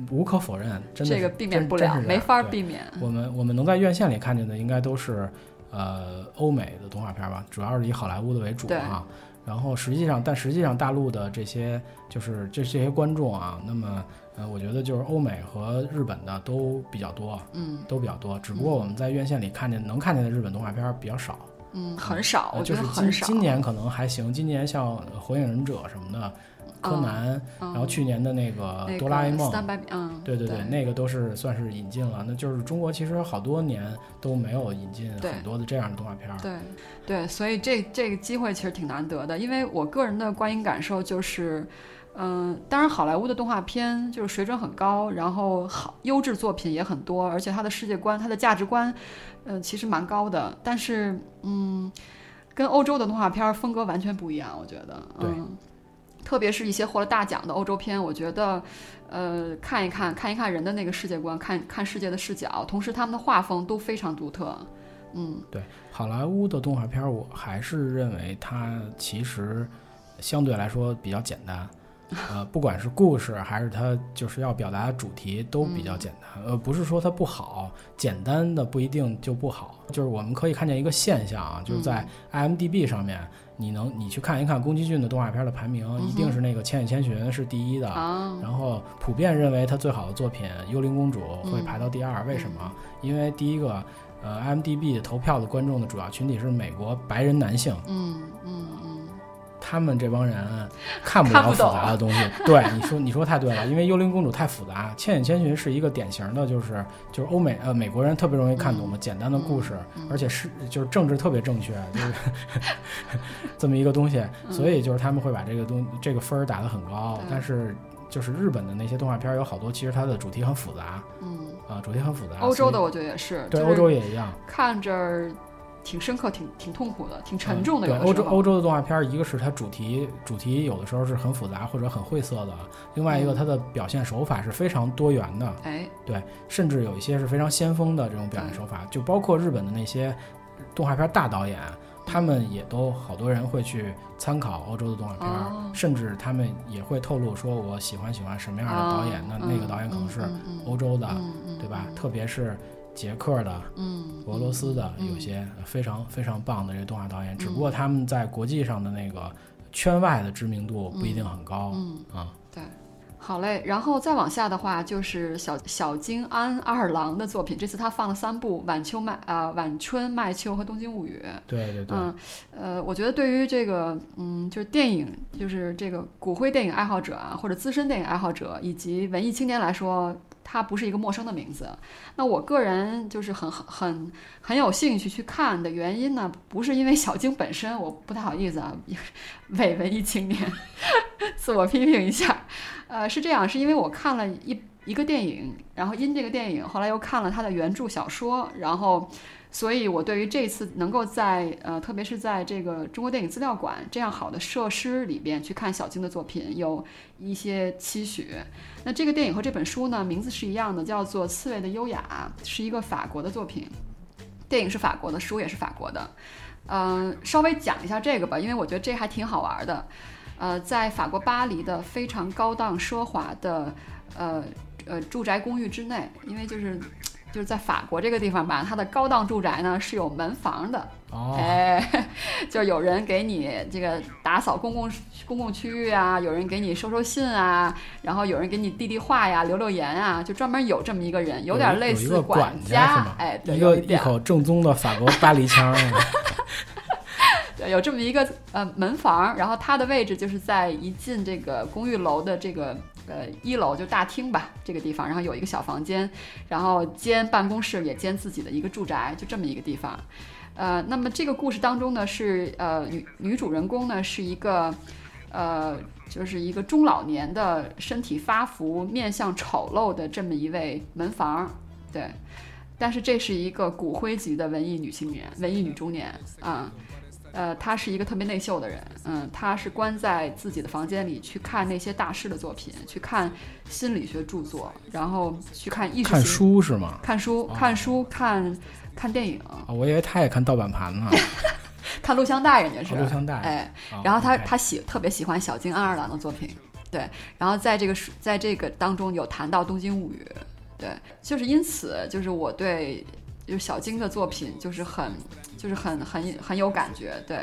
B: 无可否认，真的
A: 这
B: 是
A: 个避免
B: 真
A: 不
B: 真
A: 了，
B: 是这
A: 没
B: 样
A: 法
B: 对
A: 避免。
B: 我们我们能在院线里看见的，应该都是呃欧美的动画片吧，主要是以好莱坞的为主
A: 对
B: 啊。然后实际上，但实际上大陆的这些就是这这些观众啊，那么呃，我觉得就是欧美和日本的都比较多，
A: 嗯。
B: 都比较多。只不过我们在院线里看见能看见的日本动画片比较少，
A: 嗯，很少，
B: 呃
A: 我觉得
B: 就是
A: 很
B: 今
A: 少。
B: 今年可能还行，今年像呃火影忍者什么的，柯
A: 嗯
B: 南，
A: 嗯，
B: 然后去年的那个
A: 那
B: 哆啦 A
A: 个
B: 梦，
A: 三百米，嗯，
B: 对对
A: 对
B: 对，，那个都是算是引进了。那就是中国其实好多年都没有引进
A: 对
B: 很多的这样的动画片儿。
A: 对对，所以这这个机会其实挺难得的，因为我个人的观影感受就是，嗯、当然好莱坞的动画片就是水准很高，然后好优质作品也很多，而且它的世界观、它的价值观，嗯、其实蛮高的。但是，嗯，跟欧洲的动画片儿风格完全不一样，我觉得，
B: 对
A: 嗯。特别是一些获了大奖的欧洲片，我觉得，呃，看一看，看一看人的那个世界观，看看世界的视角，同时他们的画风都非常独特，嗯，
B: 好莱坞的动画片儿，我还是认为它其实相对来说比较简
A: [laughs]
B: 单。呃，不管是故事还是它就是要表达的主题都比
A: 嗯
B: 较简单，呃，不是说它不好，简单的不一定就不好。就是我们可以看见一个现象啊，就是
A: 嗯
B: 在 IMDB 上面，你能你去看一看宫崎骏的动画片的排名，一定是那个《千与千寻》是第一的，
A: 嗯啊，
B: 然后普遍认为他最好的作品《幽灵公主》会排到第二，为什么？因为第一个，呃，IMDB 投票的观众的主要群体是美国白人男性，
A: 嗯嗯嗯，
B: 他们这帮人看不
A: 看
B: 了
A: 不
B: 复
A: 懂啊
B: 杂的东西。 [laughs] 对，你说你说太对了，因为《幽灵公主》太复杂，《千与千寻》是一个典型的，就是就是欧美呃美国人特别容易看懂
A: 嗯
B: 的简单的故事，而且是就是政治特别正确，就是 [laughs] 这么一个东西， [laughs] 所以就是他们会把这个东这个分儿打得很高
A: 嗯对，
B: 但是。就是日本的那些动画片儿有好多，其实它的主题很复杂，
A: 嗯，
B: 啊、主题很复杂。
A: 欧洲的
B: 所
A: 我觉得也是，
B: 以对
A: 就是
B: 欧洲也一样，
A: 看着挺深刻、挺挺痛苦的、挺沉
B: 嗯
A: 重的。
B: 对
A: 有的
B: 欧
A: 时
B: 洲
A: 候
B: 欧洲的动画片儿，一个是它主题主题有的时候是很复杂或者很晦涩的，啊另外一
A: 嗯
B: 个它的表现手法是非常多元的，
A: 哎，
B: 甚至有一些是非常先锋的这种
A: 嗯
B: 表现手法，就包括日本的那些动画片大导演。他们也都好多人会去参考欧洲的动画片儿，
A: 哦
B: 甚至他们也会透露说我喜欢喜欢什么样的
A: 啊
B: 导
A: 哦
B: 演，那、
A: 嗯
B: 那个导演可能是欧洲的，对吧？特别是捷克的，
A: 嗯，
B: 俄罗斯的
A: 嗯
B: 有些非常非常棒的这个动画导演，只不过他们在国际上的那个圈外的知名度不一定很高
A: 嗯，
B: 啊。
A: 好嘞。然后再往下的话，就是小小津安二郎的作品，这次他放了三部《晚秋麦》啊，《晚春麦秋》和《东京物语》。
B: 对对对，
A: 嗯，呃，我觉得对于这个，嗯，就是电影，就是这个骨灰电影爱好者啊，或者资深电影爱好者以及文艺青年来说，它不是一个陌生的名字。那我个人就是很很很很有兴趣去看的原因呢，不是因为小晶本身，我不太好意思啊， [laughs] 伪文艺青年， [laughs] 自我批评一下。呃，是这样，是因为我看了一一个电影，然后因这个电影，后来又看了他的原著小说，然后所以我对于这次能够在呃，特别是在这个中国电影资料馆这样好的设施里边去看小静的作品，有一些期许。那这个电影和这本书呢，名字是一样的，叫做《刺猬的优雅》，是一个法国的作品。电影是法国的，书也是法国的。嗯、稍微讲一下这个吧，因为我觉得这还挺好玩的。呃，在法国巴黎的非常高档奢华的呃呃住宅公寓之内，因为就是就是在法国这个地方吧，它的高档住宅呢是有门房的，
B: 哦，
A: 哎， [laughs] 就有人给你这个打扫公共公共区域啊，有人给你收收信啊，然后有人给你递递话呀、留留言啊，就专门有这么一个人，有点类
B: 有一
A: 似
B: 个管家是吗
A: 哎，对，
B: 一
A: 有
B: 个
A: 一
B: 一
A: 点
B: 口正宗的法国巴
A: [laughs]
B: 黎腔儿，嗯
A: 对，有这么一个呃门房，然后它的位置就是在一进这个公寓楼的这个呃一楼就大厅吧这个地方，然后有一个小房间，然后兼办公室也兼自己的一个住宅，就这么一个地方。呃，那么这个故事当中呢，是呃女女主人公呢是一个呃就是一个中老年的身体发福、面相丑陋的这么一位门房，对。但是这是一个骨灰级的文艺女青年、文艺女中年啊、呃，她是一个特别内秀的人，嗯，她是关在自己的房间里去看那些大师的作品，去看心理学著作，然后去看意识
B: 看
A: 形
B: 书是吗？
A: 看书、
B: 哦
A: 看书、看看电影、
B: 啊，我以为他也看盗
A: [laughs]
B: 版盘呢，
A: 看录像带，人家是。
B: 哦录像带。
A: 哎，
B: 哦
A: 然后他
B: OK
A: 他喜特别喜欢小津安二郎的作品，对，然后在这个书在这个当中有谈到《东京物语》，对，就是因此就是我对就是小津的作品就是很就是很很很有感觉，对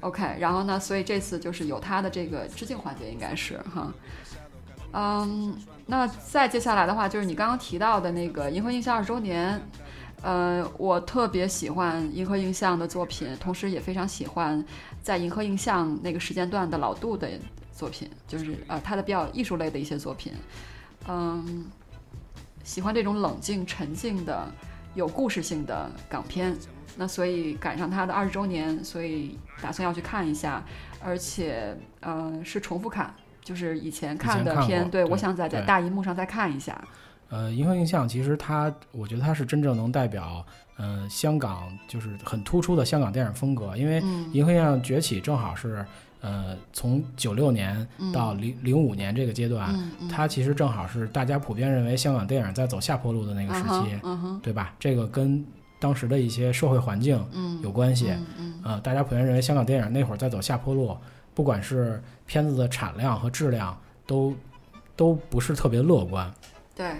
A: ，OK，然后呢，所以这次就是有他的这个致敬环节应该是哈，嗯，那再接下来的话就是你刚刚提到的那个《银河映像》二十周年。呃，我特别喜欢银河映像的作品，同时也非常喜欢在银河映像那个时间段的老杜的作品，就是呃他的比较艺术类的一些作品，嗯，喜欢这种冷静沉静的、有故事性的港片。那所以赶上他的二十周年，所以打算要去看一下，而且呃是重复看，就是以前看的
B: 以前看过
A: 片，对
B: 对
A: 我想在在
B: 对
A: 大荧幕上再看一下。
B: 呃，银河映像其实它，我觉得它是真正能代表，呃，香港就是很突出的香港电影风格，因为
A: 嗯
B: 银河映像崛起正好是，呃，从九六年
A: 嗯
B: 到零零五年这个阶段，
A: 嗯嗯，
B: 它其实正好是大家普遍认为香港电影在走下坡路的那个时
A: 嗯
B: 期，
A: 哼嗯哼
B: 对吧？这个跟当时的一些社会环境
A: 嗯
B: 有关系。
A: 嗯嗯
B: 呃，大家普遍认为香港电影那会儿在走下坡路，不管是片子的产量和质量都都不是特别乐观。
A: 对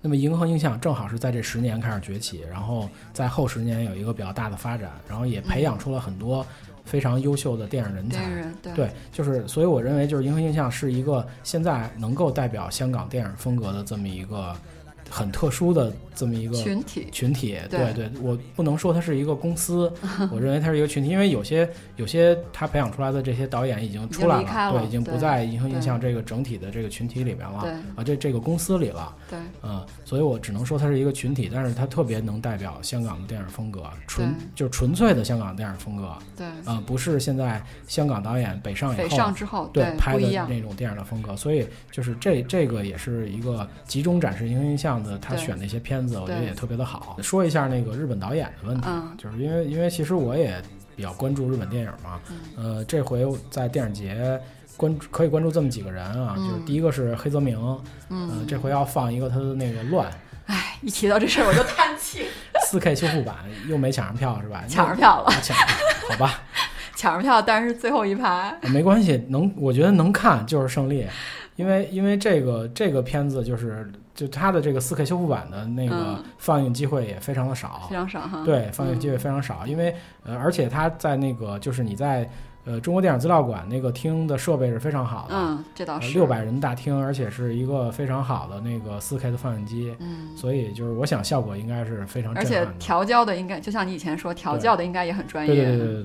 B: 那么银河映像正好是在这十年开始崛起，然后在后十年有一个比较大的发展，然后也培养出了很多非常优秀的电影人才
A: 电。影人嗯对
B: 对，就是所以我认为就是银河映像是一个现在能够代表香港电影风格的这么一个很特殊的这么一个
A: 群体
B: 群体，
A: 对
B: 对我不能说它是一个公司，
A: [laughs]
B: 我认为它是一个群体，因为有些有些他培养出来的这些导演已经出来
A: 已经离开了
B: 对，已经不
A: 对
B: 在银河映像这个整体的这个群体里边了，
A: 对
B: 啊，这这个公司里了，
A: 对
B: 嗯，所以我只能说它是一个群体，但是它特别能代表香港的电影风格，纯
A: 对
B: 就是纯粹的香港电影风格，
A: 对，
B: 呃，不是现在香港导演北上以
A: 北
B: 后
A: 上之后
B: 对拍
A: 不
B: 的
A: 一样。
B: 那种电影的风格，所以就是这这个也是一个集中展示银河映像的，他
A: 对
B: 选的一些片子，我觉得
A: 对
B: 也特别的好。说一下那个日本导演的问题，
A: 嗯
B: 就是因为因为其实我也比较关注日本电影嘛，
A: 嗯
B: 呃，这回在电影节。关注可以关注这么几个人啊，
A: 嗯
B: 就是第一个是黑泽明，
A: 嗯
B: 呃这回要放一个他的那个乱
A: 哎，一提到这事儿我就叹
B: [laughs]
A: 气，
B: 四 K 修复版，又没抢上票是吧？
A: 抢着票了，
B: 啊抢上票好吧，
A: 抢着票，但是最后一排，
B: 没关系，能我觉得能看就是胜利，因为因为这个这个片子就是就它的这个四 K 修复版的那个
A: 嗯
B: 放映机会也非常的少
A: 非，常少哈。
B: 对，放映机会
A: 嗯
B: 非常少，因为呃，而且它在那个就是你在呃中国电影资料馆那个厅的设备是非常好的，呃
A: 嗯，这倒是
B: 六百、0人大厅，而且是一个非常好的那个四 K 的放映机，
A: 嗯，
B: 所以就是我想效果应该是非常
A: 而
B: 震
A: 且
B: 撼的，
A: 调教的应该就像你以前说，调教的应该也很专业。
B: 对对对对对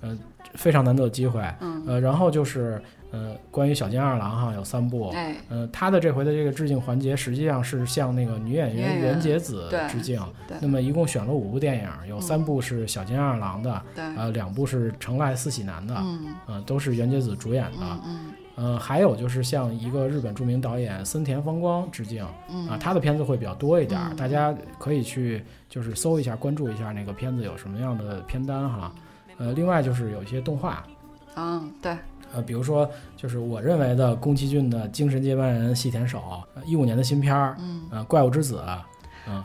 B: 对非常难得的机会。
A: 嗯，
B: 呃，然后就是呃，关于小津二郎哈有三部，
A: 嗯，哎，
B: 呃，他的这回的这个致敬环节，实际上是向那个女演
A: 女演
B: 员
A: 员
B: 袁洁子
A: 对
B: 致敬
A: 对。嗯
B: 那么一共选了五部电影，有三部是小津安二郎的，
A: 对，
B: 呃，两部是成濑四喜男的，
A: 嗯
B: 呃，都是袁洁子主演的。
A: 嗯嗯
B: 呃，还有就是像一个日本著名导演森田芳光致敬
A: 嗯
B: 啊，他的片子会比较多一点儿，
A: 嗯
B: 大家可以去就是搜一下，关注一下那个片子有什么样的片单哈。呃，另外就是有一些动画，
A: 嗯，对，
B: 呃，比如说就是我认为的宫崎骏的精神接班人细田守，一五年的新片儿，
A: 嗯，
B: 呃，怪物之子，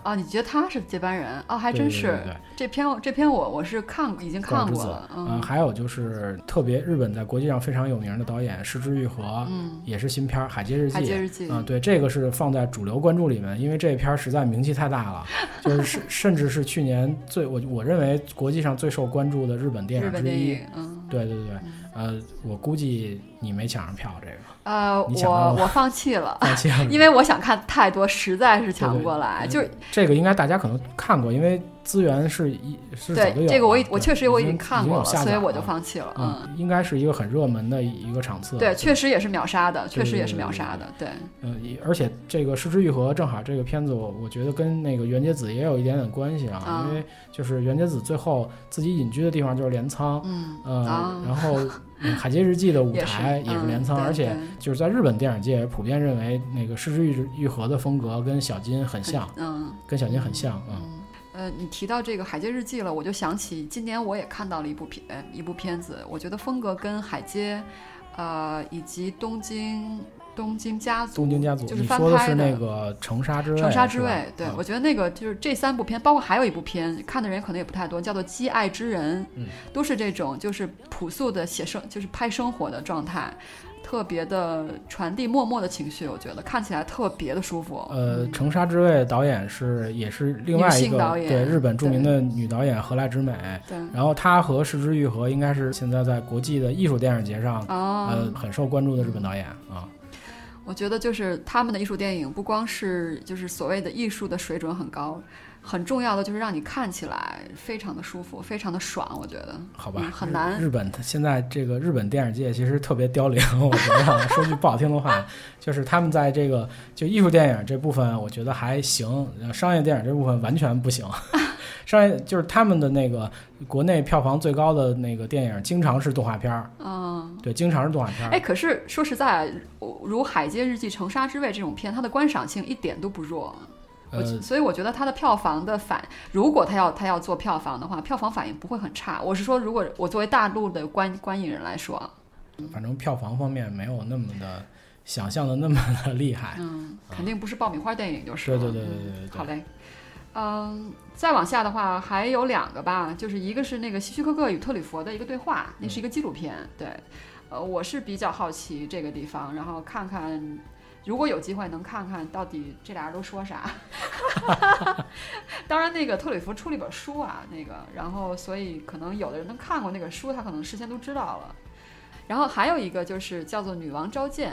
A: 哦，你觉得他是接班人？哦，还
B: 对
A: 真
B: 对对
A: 是
B: 对。对
A: 这篇我这篇我我是看过已经
B: 怪物
A: 看
B: 之
A: 过
B: 子
A: 了，
B: 呃
A: 嗯
B: 还有就是特别日本在国际上非常有名的导演石之愈合，
A: 嗯，
B: 也是新片儿《海街日
A: 《
B: 记
A: 海》街日记》
B: 啊、对，这个是放在主流关注里面，因为这片儿实在名气太大了，就是 [laughs] 甚甚至是去年最我我认为国际上最受关注的日本电
A: 日
B: 影
A: 本
B: 之
A: 电
B: 一。
A: 影，嗯，
B: 对对对，呃，我估计你没抢上票，这个
A: 呃，
B: 你抢到
A: 我
B: 了
A: 我放弃了，
B: 抱
A: [laughs]
B: 歉
A: 因为我想看太多，实在是抢不过来，
B: [laughs] 对
A: 就是
B: 这个应该大家可能看过，因为资源是一是早就
A: 对
B: 有
A: 这个我已
B: 了
A: 我
B: 对
A: 确实我
B: 已
A: 已经看过
B: 有
A: 了，
B: 下
A: 所以
B: 载
A: 我就
B: 了
A: 放弃了，嗯。
B: 嗯，应该是一个很热门的一个场次。
A: 对，确实也是秒杀的，确
B: 对
A: 实
B: 对
A: 也
B: 对
A: 是秒
B: 对
A: 杀
B: 对
A: 的。对，
B: 呃，也而且这个《失之愈合》正好这个片子我，我觉得跟那个袁洁子也有一点点关系啊，
A: 啊
B: 因为就是袁洁子最后自己隐居的地方就是镰仓，
A: 嗯，
B: 呃，
A: 啊
B: 然后《嗯海街日记》的舞
A: 也是
B: 台也是镰仓，
A: 嗯对
B: 而且
A: 对
B: 就是在日本电影界普遍认为那个《失之愈愈合》的风格跟小金很像，
A: 嗯。
B: 跟小金很像，嗯，
A: 呃，你提到这个《海街日记》了，我就想起今年我也看到了一部片，呃一部片子，我觉得风格跟《海街》，呃，以及东京东京家族，
B: 东京家族，
A: 就是
B: 你
A: 翻
B: 说的
A: 拍
B: 是
A: 的
B: 那个《城沙之味》是吧，
A: 城沙之味，对、
B: 嗯
A: 我觉得那个就是这三部片，包括还有一部片，看的人可能也不太多，叫做《积爱之人》，
B: 嗯
A: 都是这种就是朴素的写生，就是拍生活的状态，特别的传递默默的情绪，我觉得看起来特别的舒服。
B: 呃，《城沙之味》导演是也是另外
A: 女
B: 一
A: 性
B: 个
A: 导演
B: 对日本著名
A: 对
B: 的女导演河濑直美，
A: 对，
B: 然后她和石之愈合应该是现在在国际的艺术电影节上、
A: 哦、
B: 呃很受关注的日本导演啊。
A: 我觉得就是他们的艺术电影，不光是就是所谓的艺术的水准很高，很重要的就是让你看起来非常的舒服，非常的爽。我觉得，
B: 好吧，
A: 嗯很
B: 日
A: 难
B: 日本现在这个日本电影界其实特别凋零，我觉得啊说句不好听
A: [laughs]
B: 的话，就是他们在这个就艺术电影这部分，我觉得还行，呃商业电影这部分完
A: [laughs]
B: 全不行。商业就是他们的那个国内票房最高的那个电影，经常是动画片儿，
A: 嗯，
B: 对，经常是动画片儿。
A: 哎，可是说实在，我如《海街日记》《城沙之味》这种片，它的观赏性一点都不弱。我
B: 呃，
A: 所以我觉得它的票房的反，如果它要它要做票房的话，票房反应不会很差。我是说，如果我作为大陆的观观影人来说啊，
B: 反正票房方面没有那么的想象的那么的厉害。
A: 嗯，肯定不是爆米花电影就是
B: 啊对
A: 了。
B: 对对对
A: 嗯
B: 对对
A: 好
B: 对。
A: 嘞，嗯，再往下的话还有两个吧，就是一个是那个希区柯克与特吕弗的一个对话，
B: 嗯
A: 那是一个纪录片，对，呃，我是比较好奇这个地方，然后看看。如果有机会能看看到底这俩人都说啥， [laughs] 当然那个特吕弗出了一本书啊，那个然后所以可能有的人能看过那个书，他可能事先都知道了。然后还有一个就是叫做《女王召见》，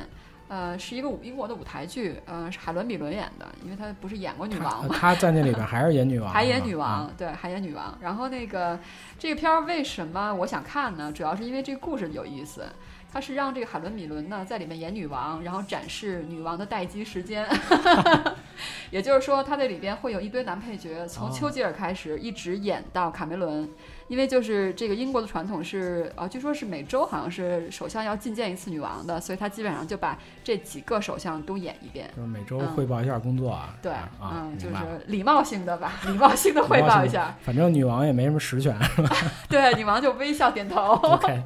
A: 呃，是一个舞英国的舞台剧，呃，是海伦·米伦演的，因为她不是演过女
B: 他
A: 王
B: 呃
A: 吗？
B: 他在那里边还是演女王，
A: 海演
B: 是吧
A: 女
B: 嗯
A: 王，对，海演女王。然后那个这个片儿为什么我想看呢？主要是因为这个故事有意思，它是让这个海伦·米伦呢在里面演女王，然后展示女王的待机时间。 [laughs] 也就是说，她这里边会有一堆男配角，从
B: 哦
A: 丘吉尔开始一直演到卡梅伦，因为就是这个英国的传统是，呃，据说是每周好像是首相要觐见一次女王的，所以他基本上就把这几个首相都演一遍。
B: 就是每周
A: 嗯
B: 汇报一下工作啊。
A: 对，
B: 啊啊，
A: 嗯，就
B: 明
A: 是
B: 白了
A: 礼貌性的吧，礼貌性的汇报一下。
B: 反正女王也没什么实
A: [laughs]
B: 权。
A: 对，女王就微笑点头。
B: OK，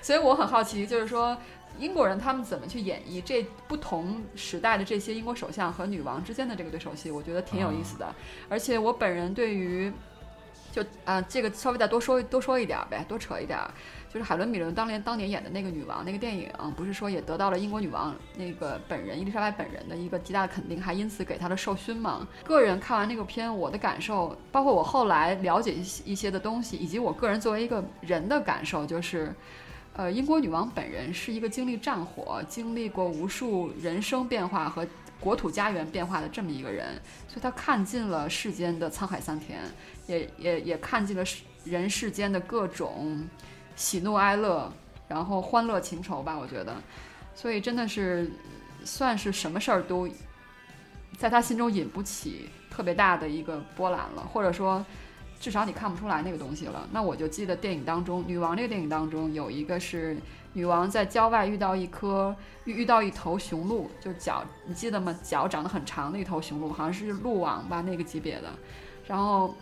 A: 所以我很好奇，就是说英国人他们怎么去演绎这不同时代的这些英国首相和女王之间的这个对手戏，我觉得挺有意思的。而且我本人对于就啊、这个稍微再多说多说一点儿呗，多扯一点儿。就是海伦·米伦当年当年演的那个女王那个电影、不是说也得到了英国女王那个本人伊丽莎白本人的一个极大的肯定，还因此给她的授勋嘛。个人看完那个片，我的感受，包括我后来了解一些一些的东西，以及我个人作为一个人的感受，就是，呃，英国女王本人是一个经历战火、经历过无数人生变化和国土家园变化的这么一个人，所以她看尽了世间的沧海桑田，也也也看尽了世人世间的各种喜怒哀乐，然后欢乐情仇吧，我觉得，所以真的是算是什么事儿都在她心中引不起特别大的一个波澜了，或者说至少你看不出来那个东西了。那我就记得电影当中，《女王》这个电影当中有一个是女王在郊外遇到一颗遇遇到一头雄鹿，就是脚，你记得吗？脚长得很长的一头雄鹿，好像是鹿王吧那个级别的。然后，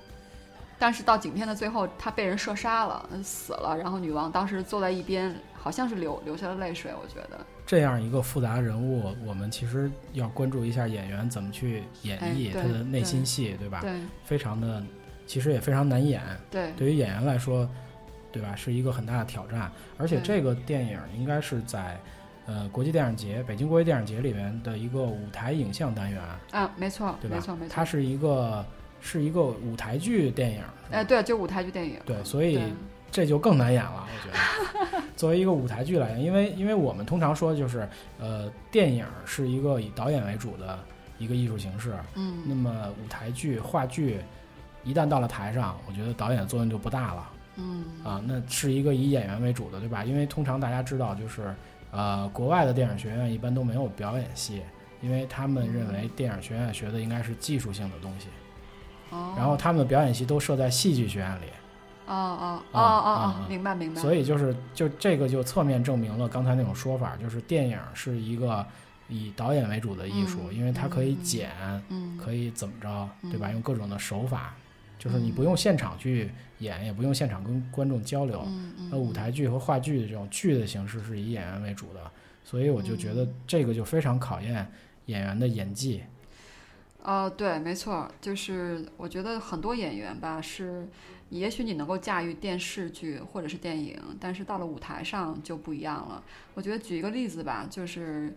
A: 但是到影片的最后，他被人射杀了，死了。然后女王当时坐在一边，好像是流流下了泪水，我觉得。
B: 这样一个复杂人物，我们其实要关注一下演员怎么去演绎
A: 哎对
B: 他的内心戏，对吧？
A: 对
B: 非常的，其实也非常难演，
A: 对
B: 对于演员来说，对吧，是一个很大的挑战。而且
A: 对
B: 这个电影应该是在呃国际电影节、北京国际电影节里面的一个舞台影像单元，
A: 啊，没错，
B: 对吧？
A: 没错，没错
B: 它。是一个是一个舞台剧电影，是吧
A: 哎，对，就舞台剧电影。
B: 对，所以
A: 对
B: 这就更难演了，我觉得。作为一个舞台剧来讲，因为因为我们通常说就是，呃，电影是一个以导演为主的一个艺术形式，
A: 嗯
B: 那么舞台剧、话剧，一旦到了台上，我觉得导演作用就不大了
A: 嗯
B: 啊。那是一个以演员为主的，对吧？因为通常大家知道，就是呃，国外的电影学院一般都没有表演系，因为他们认
A: 嗯
B: 为电影学院学的应该是技术性的东西，
A: 哦，
B: 然后他们的表演系都设在戏剧学院里。
A: 哦哦哦
B: 啊啊
A: 哦哦，
B: 啊
A: 明白明白。
B: 所以就是就这个就侧面证明了刚才那种说法，就是电影是一个以导演为主的艺术，
A: 嗯
B: 因为它可以剪，
A: 嗯，
B: 可以怎么着，对吧？
A: 嗯
B: 用各种的手法，就是你不用现场去演，也不用现场跟观众交流。
A: 嗯嗯
B: 那舞台剧和话剧这种剧的形式是以演员为主的，所以我就觉得这个就非常考验演员的演技。
A: 呃，对，没错儿，就是我觉得很多演员吧，是也许你能够驾驭电视剧或者是电影，但是到了舞台上就不一样了。我觉得举一个例子吧，就是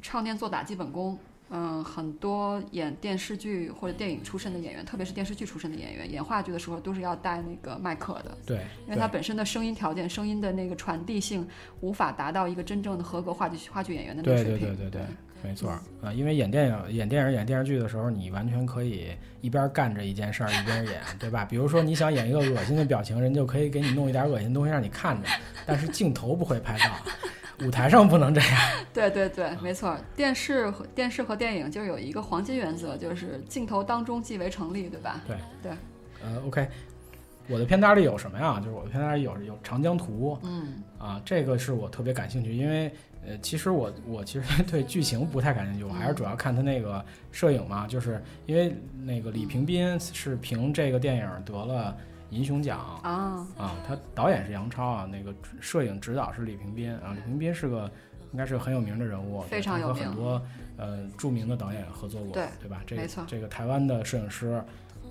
A: 唱念做打基本功。嗯，很多演电视剧或者电影出身的演员，特别是电视剧出身的演员，演话剧的时候都是要带那个麦克的，
B: 对，
A: 因为它本身的声音条件、声音的那个传递性无法达到一个真正的合格话剧话剧演员的那个
B: 对
A: 水
B: 对
A: 平。嗯
B: 对对对，没错儿啊、因为演电影、演电影、演电视剧的时候，你完全可以一边干着一件事儿一边演，对吧？比如说你想演一个恶心的表情，人就可以给你弄一点恶心的东西让你看着，但是镜头不会拍到，舞台上不能这样。
A: 对对对，
B: 嗯
A: 没错儿。电视和电视和电影就有一个黄金原则，就是镜头当中即为成立，对吧？
B: 对
A: 对，
B: 呃，OK，我的片单里有什么呀？就是我的片单里有有《长江图
A: 嗯》
B: 啊，这个是我特别感兴趣，因为呃，其实我我其实 [laughs] 对剧情不太感兴趣，我还
A: 嗯
B: 是主要看他那个摄影嘛，就是因为那个李平斌是凭这个电影得了银熊奖。
A: 啊，
B: 啊，他导演是杨超啊，那个摄影指导是李平斌啊。李平斌是个应该是很有名的人物，
A: 非常
B: 对他
A: 有名
B: 和很多呃著名的导演合作过，
A: 对
B: 吧？这个
A: 没错
B: 这个台湾的摄影师，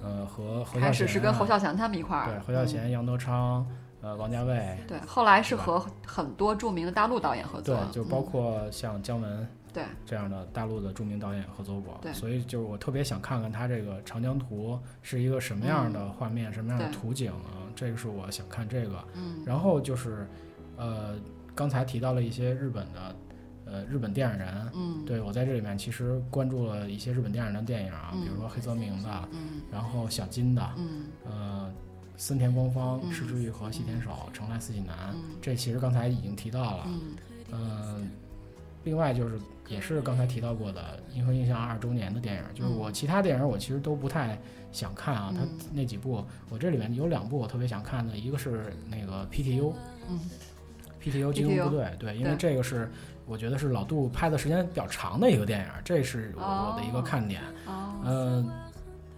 B: 呃，和侯孝
A: 开始
B: 贤
A: 是跟
B: 啊
A: 侯孝贤他们一块儿，嗯
B: 对侯孝贤、杨德昌，呃，王家卫，
A: 嗯，对，后来是和很多著名的大陆导演合
B: 对
A: 作，，啊
B: 就包括像姜文
A: 嗯对
B: 这样的大陆的著名导演合作过，
A: 对
B: 所以就是我特别想看看他这个《长江图》是一个什么样的画面，什么样的
A: 嗯对
B: 图景啊，这个是我想看这个。
A: 嗯
B: 然后就是，呃，刚才提到了一些日本的，呃，日本电影人。
A: 嗯
B: 对我在这里面其实关注了一些日本电影人的电影啊，
A: 嗯
B: 比如说黑泽明的，
A: 嗯
B: 然后小金的，
A: 嗯
B: 呃，森田光芳、
A: 嗯
B: 石之予和细田守、城濑四喜男，
A: 嗯
B: 这其实刚才已经提到了。
A: 嗯
B: 嗯，另外就是也是刚才提到过的《银河映像》二周年的电影，就是我其他电影我其实都不太想看啊，它
A: 嗯
B: 那几部我这里面有两部我特别想看的，一个是那个 PTU。
A: 嗯
B: PTU 机动部队，对，因为
A: 对
B: 这个是我觉得是老杜拍的时间比较长的一个电影，这是我、
A: 哦
B: 我的一个看点。
A: 哦
B: 嗯、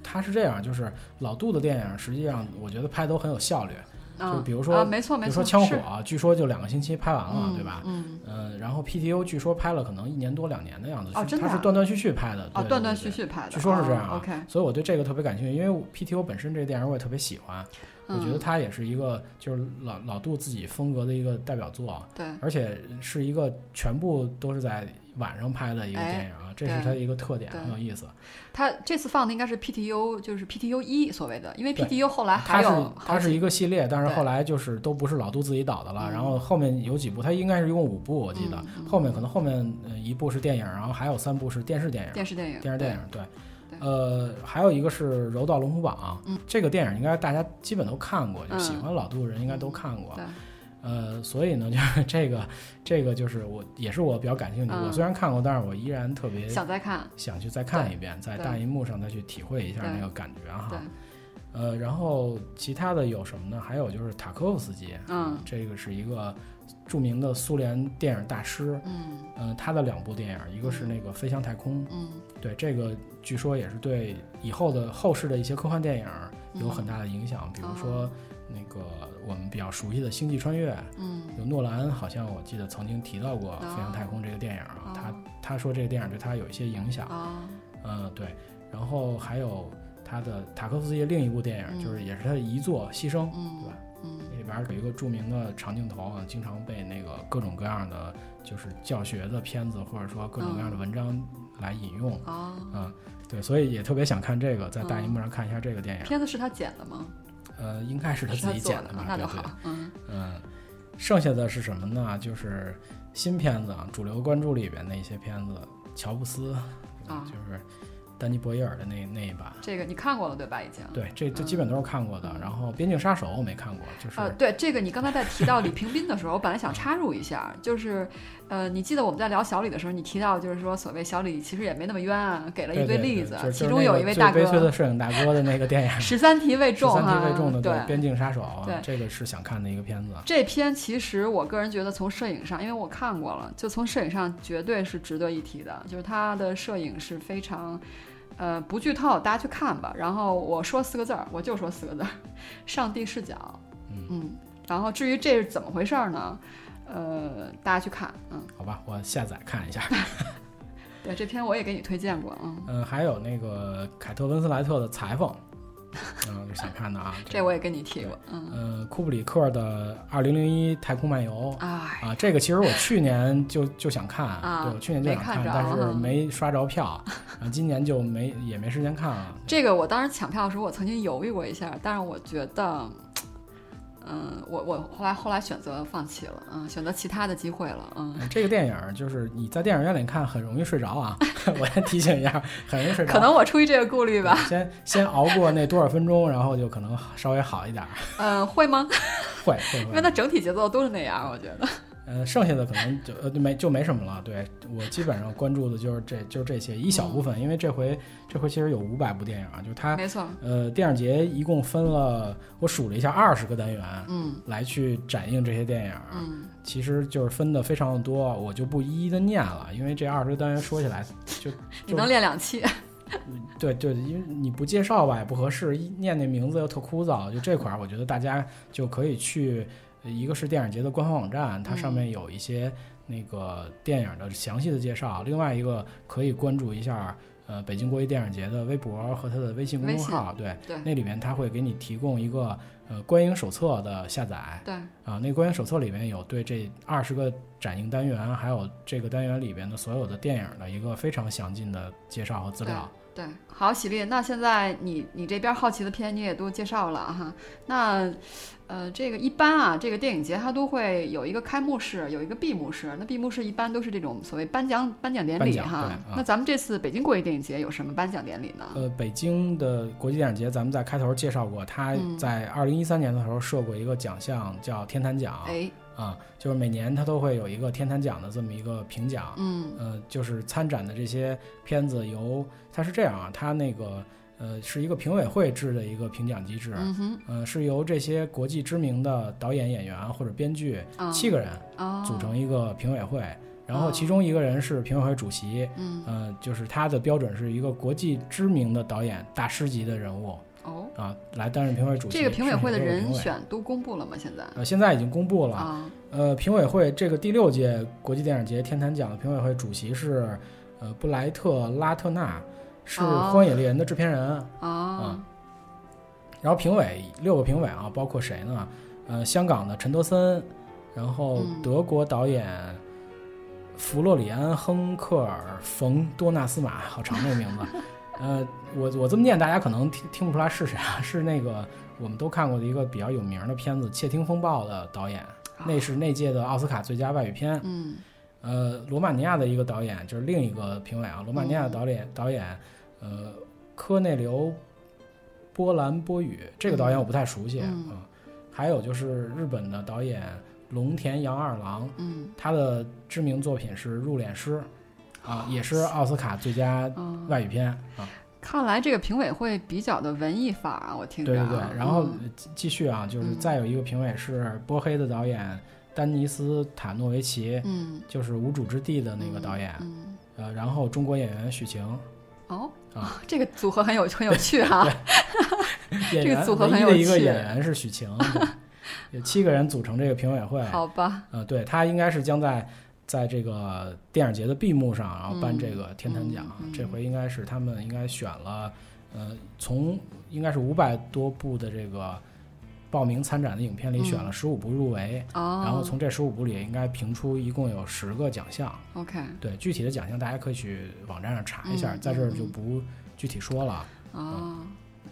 B: 他是这样，就是老杜的电影实际上我觉得拍都很有效率，就
A: 嗯，
B: 比如说
A: 啊没错
B: 比
A: 没
B: 如
A: 错，
B: 说《枪火
A: 是》，
B: 据说就两个星期拍完了，
A: 嗯
B: 对吧？
A: 嗯，
B: 嗯，然后 PTO 据说拍了可能一年多两年的样子，
A: 哦
B: 是
A: 真的
B: 它
A: 啊
B: 是断断续续拍的，
A: 哦，
B: 对
A: 断断续。
B: 对对
A: 续拍的，
B: 据说是这样啊
A: 哦，OK，
B: 所以我对这个特别感兴趣，因为我 PTO 本身这个电影我也特别喜欢，我觉得
A: 嗯
B: 它也是一个就是老老杜自己风格的一个代表作，啊
A: 对。
B: 而且是一个全部都是在晚上拍的一个
A: 哎
B: 电影啊，这是它的一个特点，
A: 对
B: 很有意思。
A: 他这次放的应该是 PTU，就是 PTU 一所谓的，因为
B: 对
A: PTU 后来
B: 它
A: 还
B: 是
A: 有
B: 它
A: 好
B: 是
A: 几
B: 一个系列，但是
A: 对
B: 后来就是都不是老杜自己导的了，
A: 嗯
B: 然后后面有几部，它应该是一共五部，我记得
A: 嗯嗯
B: 后面可能后面呃一部是电影，然后还有三部是电视电影。
A: 电视电影，
B: 电视电影，对，
A: 对
B: 呃，还有一个是《柔道龙虎榜》
A: 嗯
B: 这个电影应该大家基本都看过，就
A: 嗯
B: 喜欢老杜的人应该都看过，
A: 对
B: 呃，所以呢，就是这个，这个就是我也是我比较感兴趣，
A: 嗯
B: 我虽然看过，但是我依然特别啊
A: 对，想再看，
B: 想去再看一遍，在
A: 对
B: 大银幕上再去体会一下
A: 对
B: 那个感觉哈
A: 对。
B: 呃，然后其他的有什么呢？还有就是塔科夫斯基，啊
A: 嗯
B: 这个是一个著名的苏联电影大师，
A: 嗯
B: 呃，他的两部电影，一个是那个《飞向太空》，
A: 嗯
B: 对这个据说也是对以后的后世的一些科幻电
A: 嗯
B: 影有很大的影响，比如说那个我们比较熟悉的《星际穿越》，
A: 嗯，
B: 有诺兰好像我记得曾经提到过《飞向太空》这个电影啊，他他说这个电影对他有一些影响，
A: 啊
B: 嗯，对，然后还有他的塔科夫斯基另一部电影，就是也是他的遗作《牺牲》，对
A: 嗯
B: 吧？
A: 嗯
B: 那里边有一个著名的长镜头啊，经常被那个各种各样的就是教学的片子或者说各种各样的文章来引用，
A: 啊，
B: 嗯，对，所以也特别想看这个，在大
A: 嗯
B: 荧幕上看一下这个电影，
A: 片子是他剪的吗？
B: 呃，应该是他自己
A: 做
B: 剪的吧，
A: 那
B: 对
A: 就
B: 对。
A: 好。嗯
B: 嗯，剩下的是什么呢？就是新片子啊，主流关注里边的一些片子，乔布斯，
A: 啊
B: 就是丹尼博耶尔的那那一版。
A: 这个你看过了对吧？已经。
B: 对，这
A: 嗯
B: 这基本都是看过的。然后《边境杀手》我没看过，就是、
A: 呃，对这个，你刚才在提到李平斌的时候，我本来想插入一下，就是，呃，你记得我们在聊小李的时候，你提到就是说，所谓小李其实也没那么冤啊，给了
B: 对
A: 一堆
B: 对
A: 例
B: 对
A: 子
B: 就，是
A: 其
B: 就是
A: 中
B: 那
A: 有
B: 个
A: 一位
B: 最
A: 大
B: 悲催
A: 哥，
B: 的摄影大哥的那个电影
A: [laughs] 十三题未
B: 十
A: 中
B: 三
A: 哈，
B: 题未中的对《
A: 对。
B: 边境杀手》啊
A: 对
B: 这个是想看的一个片子。
A: 这篇其实我个人觉得，从摄影上，因为我看过了，就从摄影上绝对是值得一提的，就是他的摄影是非常，呃，不剧透，大家去看吧。然后我说四个字儿，我就说四个字儿，上帝视角。
B: 嗯
A: 然后至于这是怎么回事儿呢？呃，大家去看，嗯。
B: 好吧，我下载看一下。
A: 对，这篇我也给你推荐过，嗯，
B: 嗯，还有那个凯特温斯莱特的《裁缝》，嗯，是想看的啊。
A: [laughs] 这我也跟你提过，嗯，
B: 呃，库布里克的《二零零一太空漫游》
A: 哎，
B: 啊，这个其实我去年就就想看，
A: 啊
B: 对，我去年就想
A: 没看着
B: 但是
A: 嗯 [laughs]
B: 没刷着票，然后今年就没也没时间看了。
A: 这个我当时抢票的时候，我曾经犹豫过一下，但是我觉得，嗯，我我后来后来选择放弃了，嗯，选择其他的机会了，嗯，
B: 嗯这个电影就是你在电影院里看很容易睡着啊， [laughs] 我先提醒一下，很容易睡着。
A: 可能我出于这个顾虑吧，
B: 对先先熬过那多少分钟，然后就可能稍微好一点儿， [laughs]
A: 嗯，会吗？
B: 会会
A: 因为
B: 会。
A: 它整体节奏都是那样，我觉得，
B: 呃，剩下的可能就呃就没就没什么了。对我基本上关注的就是这就是这些一小部分，因为这回这回其实有五百部电影啊，就是它
A: 没错，
B: 呃，电影节一共分了，我数了一下，二十个单元
A: 嗯
B: 来去展映这些电影，啊
A: 嗯，
B: 其实就是分的非常的多，我就不一一的念了，因为这二十个单元说起来就
A: 你能练两期，
B: 对对，因为你不介绍吧也不合适，一念那名字又特枯燥，就这块儿，我觉得大家就可以去，呃一个是电影节的官方网站，它上面
A: 嗯
B: 有一些那个电影的详细的介绍，另外一个可以关注一下。呃，北京国际电影节的微博和它的微信公
A: 微
B: 众
A: 信
B: 号，对，
A: 对
B: 那里面它会给你提供一个呃观影手册的下载啊、
A: 对，
B: 那观影手册里面有对这二十个展映单元，还有这个单元里边的所有的电影的一个非常详尽的介绍和资料。
A: 对，好，喜力，那现在你你这边好奇的片你也都介绍了哈。那，呃，这个一般啊，这个电影节它都会有一个开幕式，有一个闭幕式。那闭幕式一般都是这种所谓颁奖颁奖典
B: 颁
A: 礼
B: 奖
A: 哈。
B: 对啊
A: 那咱们这次北京国际电影节有什么颁奖典礼呢？
B: 呃，北京的国际电影节，咱们在开头介绍过，它在二零一三年的时候设过一个奖项，叫天坛奖，
A: 哎，
B: 啊，就是每年它都会有一个天坛奖的这么一个评奖，
A: 嗯
B: 呃，就是参展的这些片子由它是这样啊，它那个呃是一个评委会制的一个评奖机制，
A: 嗯哼，
B: 呃，是由这些国际知名的导演、演员或者编剧
A: 啊
B: 七个人
A: 哦，
B: 组成一个评委会，然后
A: 哦
B: 其中一个人是评委会主席，
A: 嗯
B: 呃，就是他的标准是一个国际知名的导演、大师级的人物
A: 哦，
B: 啊来担任评委主席。
A: 这个评委会的
B: 是美国
A: 人
B: 评委，
A: 选都公布了吗？现在
B: 呃，现在已经公布了。
A: 啊，
B: 呃，评委会这个第六届国际电影节天坛奖的评委会主席是呃布莱特拉特纳，是《
A: 哦
B: 荒野猎人》的制片人。
A: 啊
B: 啊，然后评委六个评委啊，包括谁呢？呃，香港的陈德森，然后
A: 嗯
B: 德国导演弗洛里安·亨克尔·冯·多纳斯马，好长这名字。呃，我我这么念，大家可能听听不出来是谁啊？是那个我们都看过的一个比较有名的片子《窃听风暴》的导演，
A: 哦
B: 那是那届的奥斯卡最佳外语片。
A: 嗯
B: 呃，罗马尼亚的一个导演，就是另一个评委啊，罗马尼亚的
A: 嗯
B: 导演、导演，呃，科内留·波兰波语，这个导演我不太熟悉啊、
A: 嗯
B: 还有就是日本的导演龙田洋二郎，
A: 嗯
B: 他的知啊名作品是《入殓师》，啊，也是奥斯卡最佳
A: 嗯。
B: 外语片啊。
A: 看来这个评委会比较的文艺范儿啊，我听着
B: 对
A: 啊。
B: 对对，然后
A: 嗯
B: 继继续啊，就是
A: 嗯
B: 再有一个评委是波黑的导演丹尼斯塔诺维奇，
A: 嗯，
B: 就是《无主之地》的那个导演，
A: 嗯，
B: 呃，然后中国演员
A: [laughs]
B: 许晴，
A: 哦，
B: 啊
A: 这个组合很有很有趣
B: [laughs]
A: 啊。
B: 演员
A: 组合
B: 唯
A: 很
B: 一
A: 有
B: 的一个
A: 趣
B: 演员是许晴，
A: [laughs]
B: 对有七个人组成这个评委会，
A: 好吧，
B: 呃，对他应该是将在在这个电影节的闭幕上，然后颁
A: 嗯
B: 这个天坛奖。
A: 嗯嗯
B: 这回应该是他们应该选了，呃，从应该是五百多部的这个报名参展的影片里选了十五部入围，
A: 嗯哦，
B: 然后从这十五部里应该评出一共有十个奖项。
A: OK
B: 对，具体的奖项大家可以去网站上查一下，
A: 嗯
B: 在这儿
A: 嗯
B: 就
A: 嗯
B: 不具体说了。啊
A: 哦。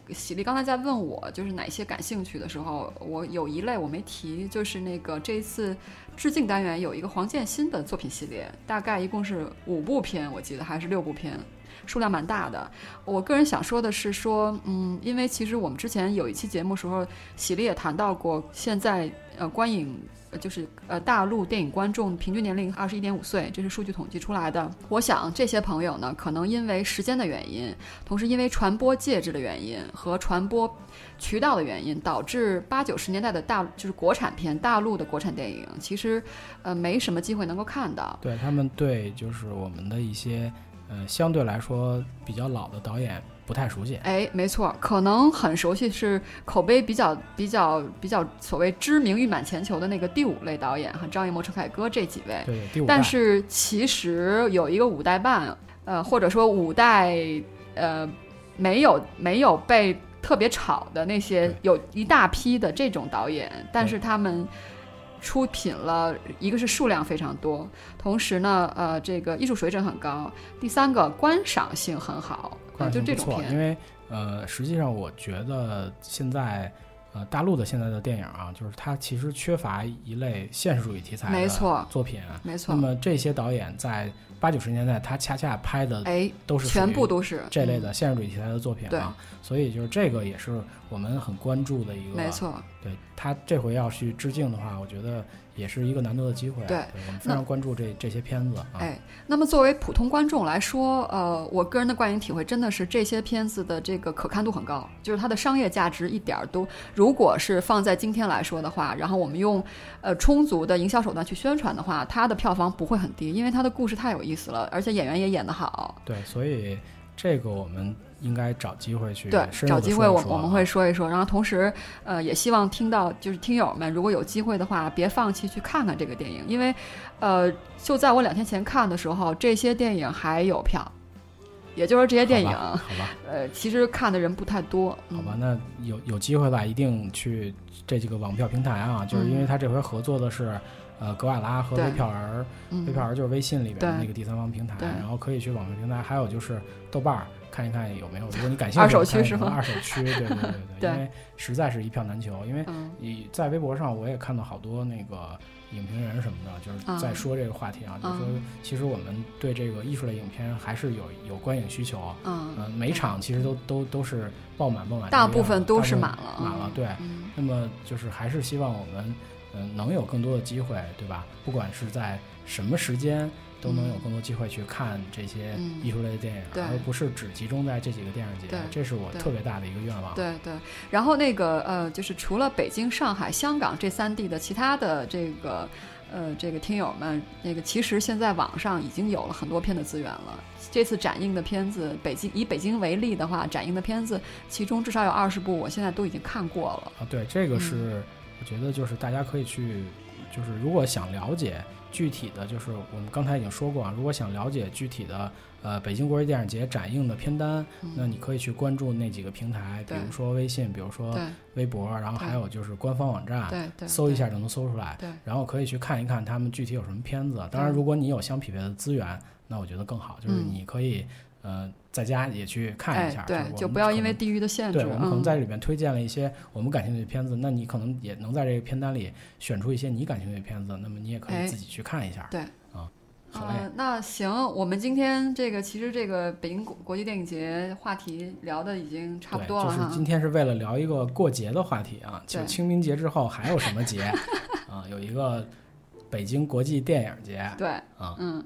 A: 喜力刚才在问我，就是哪些感兴趣的时候，我有一类我没提，就是那个这一次致敬单元有一个黄建新的作品系列，大概一共是五部片，我记得还是六部片，数量蛮大的。我个人想说的是说，嗯，因为其实我们之前有一期节目时候，喜力也谈到过，现在呃观影呃就是呃大陆电影观众平均年龄二十一点五岁，这是数据统计出来的。我想这些朋友呢，可能因为时间的原因，同时因为传播介质的原因和传播渠道的原因，导致八九十年代的大就是国产片，大陆的国产电影其实呃没什么机会能够看到。
B: 对他们对就是我们的一些呃相对来说比较老的导演不太熟悉。
A: 哎，没错，可能很熟悉是口碑比较比较比较所谓知名誉满全球的那个第五类导演哈，张艺谋、陈凯歌这几位。
B: 对对，第五代。
A: 但是其实有一个五代半，呃，或者说五代呃没有没有被特别炒的那些
B: 对，
A: 有一大批的这种导演，但是他们。出品了一个是数量非常多，同时呢，呃，这个艺术水准很高。第三个观赏性很好，
B: 观
A: 啊，
B: 赏
A: 就
B: 性
A: 这
B: 不
A: 种
B: 错，因
A: 片，
B: 为呃，实际上我觉得现在呃，大陆的现在的电影啊，就是它其实缺乏一类现实主义题材
A: 没
B: 的
A: 错，
B: 作品。啊
A: 没错
B: 那。么这些导演在八九十年代，他恰恰拍的
A: 哎，
B: 都是
A: 全
B: 属于
A: 部都是
B: 这类
A: 嗯
B: 的现实主义题材的作品
A: 对
B: 啊，所以就是这个也是我们很关注的一个。啊
A: 没，错，
B: 对他这回要去致敬的话，我觉得也是一个难得的机会。啊
A: 对
B: 我们非常关注这这些片子啊。
A: 哎，那么作为普通观众来说，呃，我个人的观影体会真的是这些片子的这个可看度很高，就是它的商业价值一点儿都，如果是放在今天来说的话，然后我们用呃充足的营销手段去宣传的话，它的票房不会很低，因为它的故事太有意思了，而且演员也演得好。
B: 对，所以这个我们应该找机会去
A: 对，
B: 深入
A: 找
B: 地
A: 机
B: 说
A: 会
B: 一
A: 我
B: 说
A: 我们
B: 啊
A: 会说一说，然后同时，呃，也希望听到就是听友们，如果有机会的话，别放弃去看看这个电影，因为，呃，就在我两天前看的时候，这些电影还有票，也就是说这些电影，
B: 好吧，好吧，
A: 呃，其实看的人不太多。嗯、
B: 好吧，那有有机会吧，一定去这几个网票平台啊，就是因为他这回合作的是。呃，格瓦拉和
A: 嗯对
B: 微票儿，
A: 嗯，
B: 微票儿就是微信里边的
A: 对
B: 那个第三方平台，
A: 对
B: 然后可以去网票平台，还有就是豆瓣儿看一看有没有，如果你感兴
A: 二
B: 趣，
A: 手区
B: 看一
A: 是
B: 看
A: 吗
B: 二手区，对对
A: [laughs]
B: 对对
A: 对
B: 因为实在是一票难求，因为
A: 嗯，
B: 你在微博上我也看到好多那个影评人什么的，就是在
A: 嗯
B: 说这个话题啊，就是说
A: 嗯
B: 其实我们对这个艺术类影片还是有有观影需求，
A: 嗯
B: 呃，每场其实都都都是爆满爆满，
A: 大部分都是
B: 大部
A: 满
B: 分
A: 了，
B: 满了，对。
A: 嗯，
B: 那么就是还是希望我们，嗯、能有更多的机会，对吧？不管是在什么时间，都能有更多机会去看这些
A: 嗯
B: 艺术类的电影，
A: 对
B: 而不是只集中在这几个电影节
A: 对。
B: 这是我
A: 对
B: 特别大的一个愿望。
A: 对对，然后那个呃，就是除了北京、上海、香港这三地的其他的这个呃这个听友们，那个其实现在网上已经有了很多片的资源了。这次展映的片子，北京以北京为例的话，展映的片子其中至少有二十部，我现在都已经看过了。
B: 啊，对，
A: 嗯
B: 这个是、我觉得就是大家可以去，就是如果想了解具体的，就是我们刚才已经说过啊，如果想了解具体的呃北京国际电影节展映的片单，那你可以去关注那几个平台，比
A: 嗯对
B: 如说微信，比如说
A: 对
B: 微博，然后还有就是官方网站，
A: 对对，
B: 哦啊搜一下就能搜出来。
A: 对。对
B: 然后可以去看一看他们具体有什么片子。当然，
A: 对
B: 如果你有相匹配的资源，那我觉得更好，就是
A: 嗯
B: 你可以、呃在家也去看一下。
A: 哎，对
B: 是我，
A: 就
B: 们
A: 不要
B: 可
A: 因为
B: 能
A: 地域的限制，
B: 对，我们可能
A: 嗯
B: 在里面推荐了一些我们感兴趣的片子，那你可能也能在这个片单里选出一些你感兴趣的片子，那么你也可以
A: 哎
B: 自己去看一下。
A: 对
B: 啊，好嘞，
A: 呃，那行，我们今天这个其实这个北京国国际电影节话题聊的已经差不
B: 对
A: 多了
B: 就
A: 哈
B: 是。今天是为了聊一个过节的话题啊，就
A: 对
B: 清明节之后还有什
A: [laughs]
B: 么节啊？有一个北京国际电影节
A: 对，
B: 啊，
A: 嗯，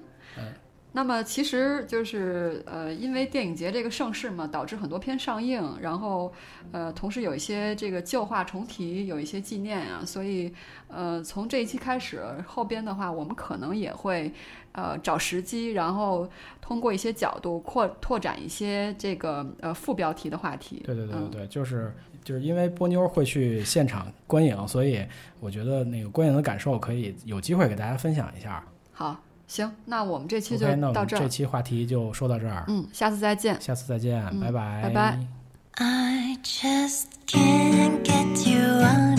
A: 那么其实就是呃，因为电影节这个盛世嘛，导致很多片上映，然后呃，同时有一些这个旧话重提，有一些纪念啊，所以呃，从这一期开始，后边的话我们可能也会呃找时机，然后通过一些角度扩拓展一些这个呃副标题的话题。
B: 对对对对
A: 嗯
B: 对，就是就是因为波妞会去现场观影，所以我觉得那个观影的感受可以有机会给大家分享一下。
A: 好，行，那我们这期就
B: OK，那我
A: 到
B: 们
A: 这儿。
B: 这期话题就说到这儿，
A: 嗯，下次再见。
B: 下次再见，
A: 嗯
B: 拜
A: 拜拜
C: I just can't get you out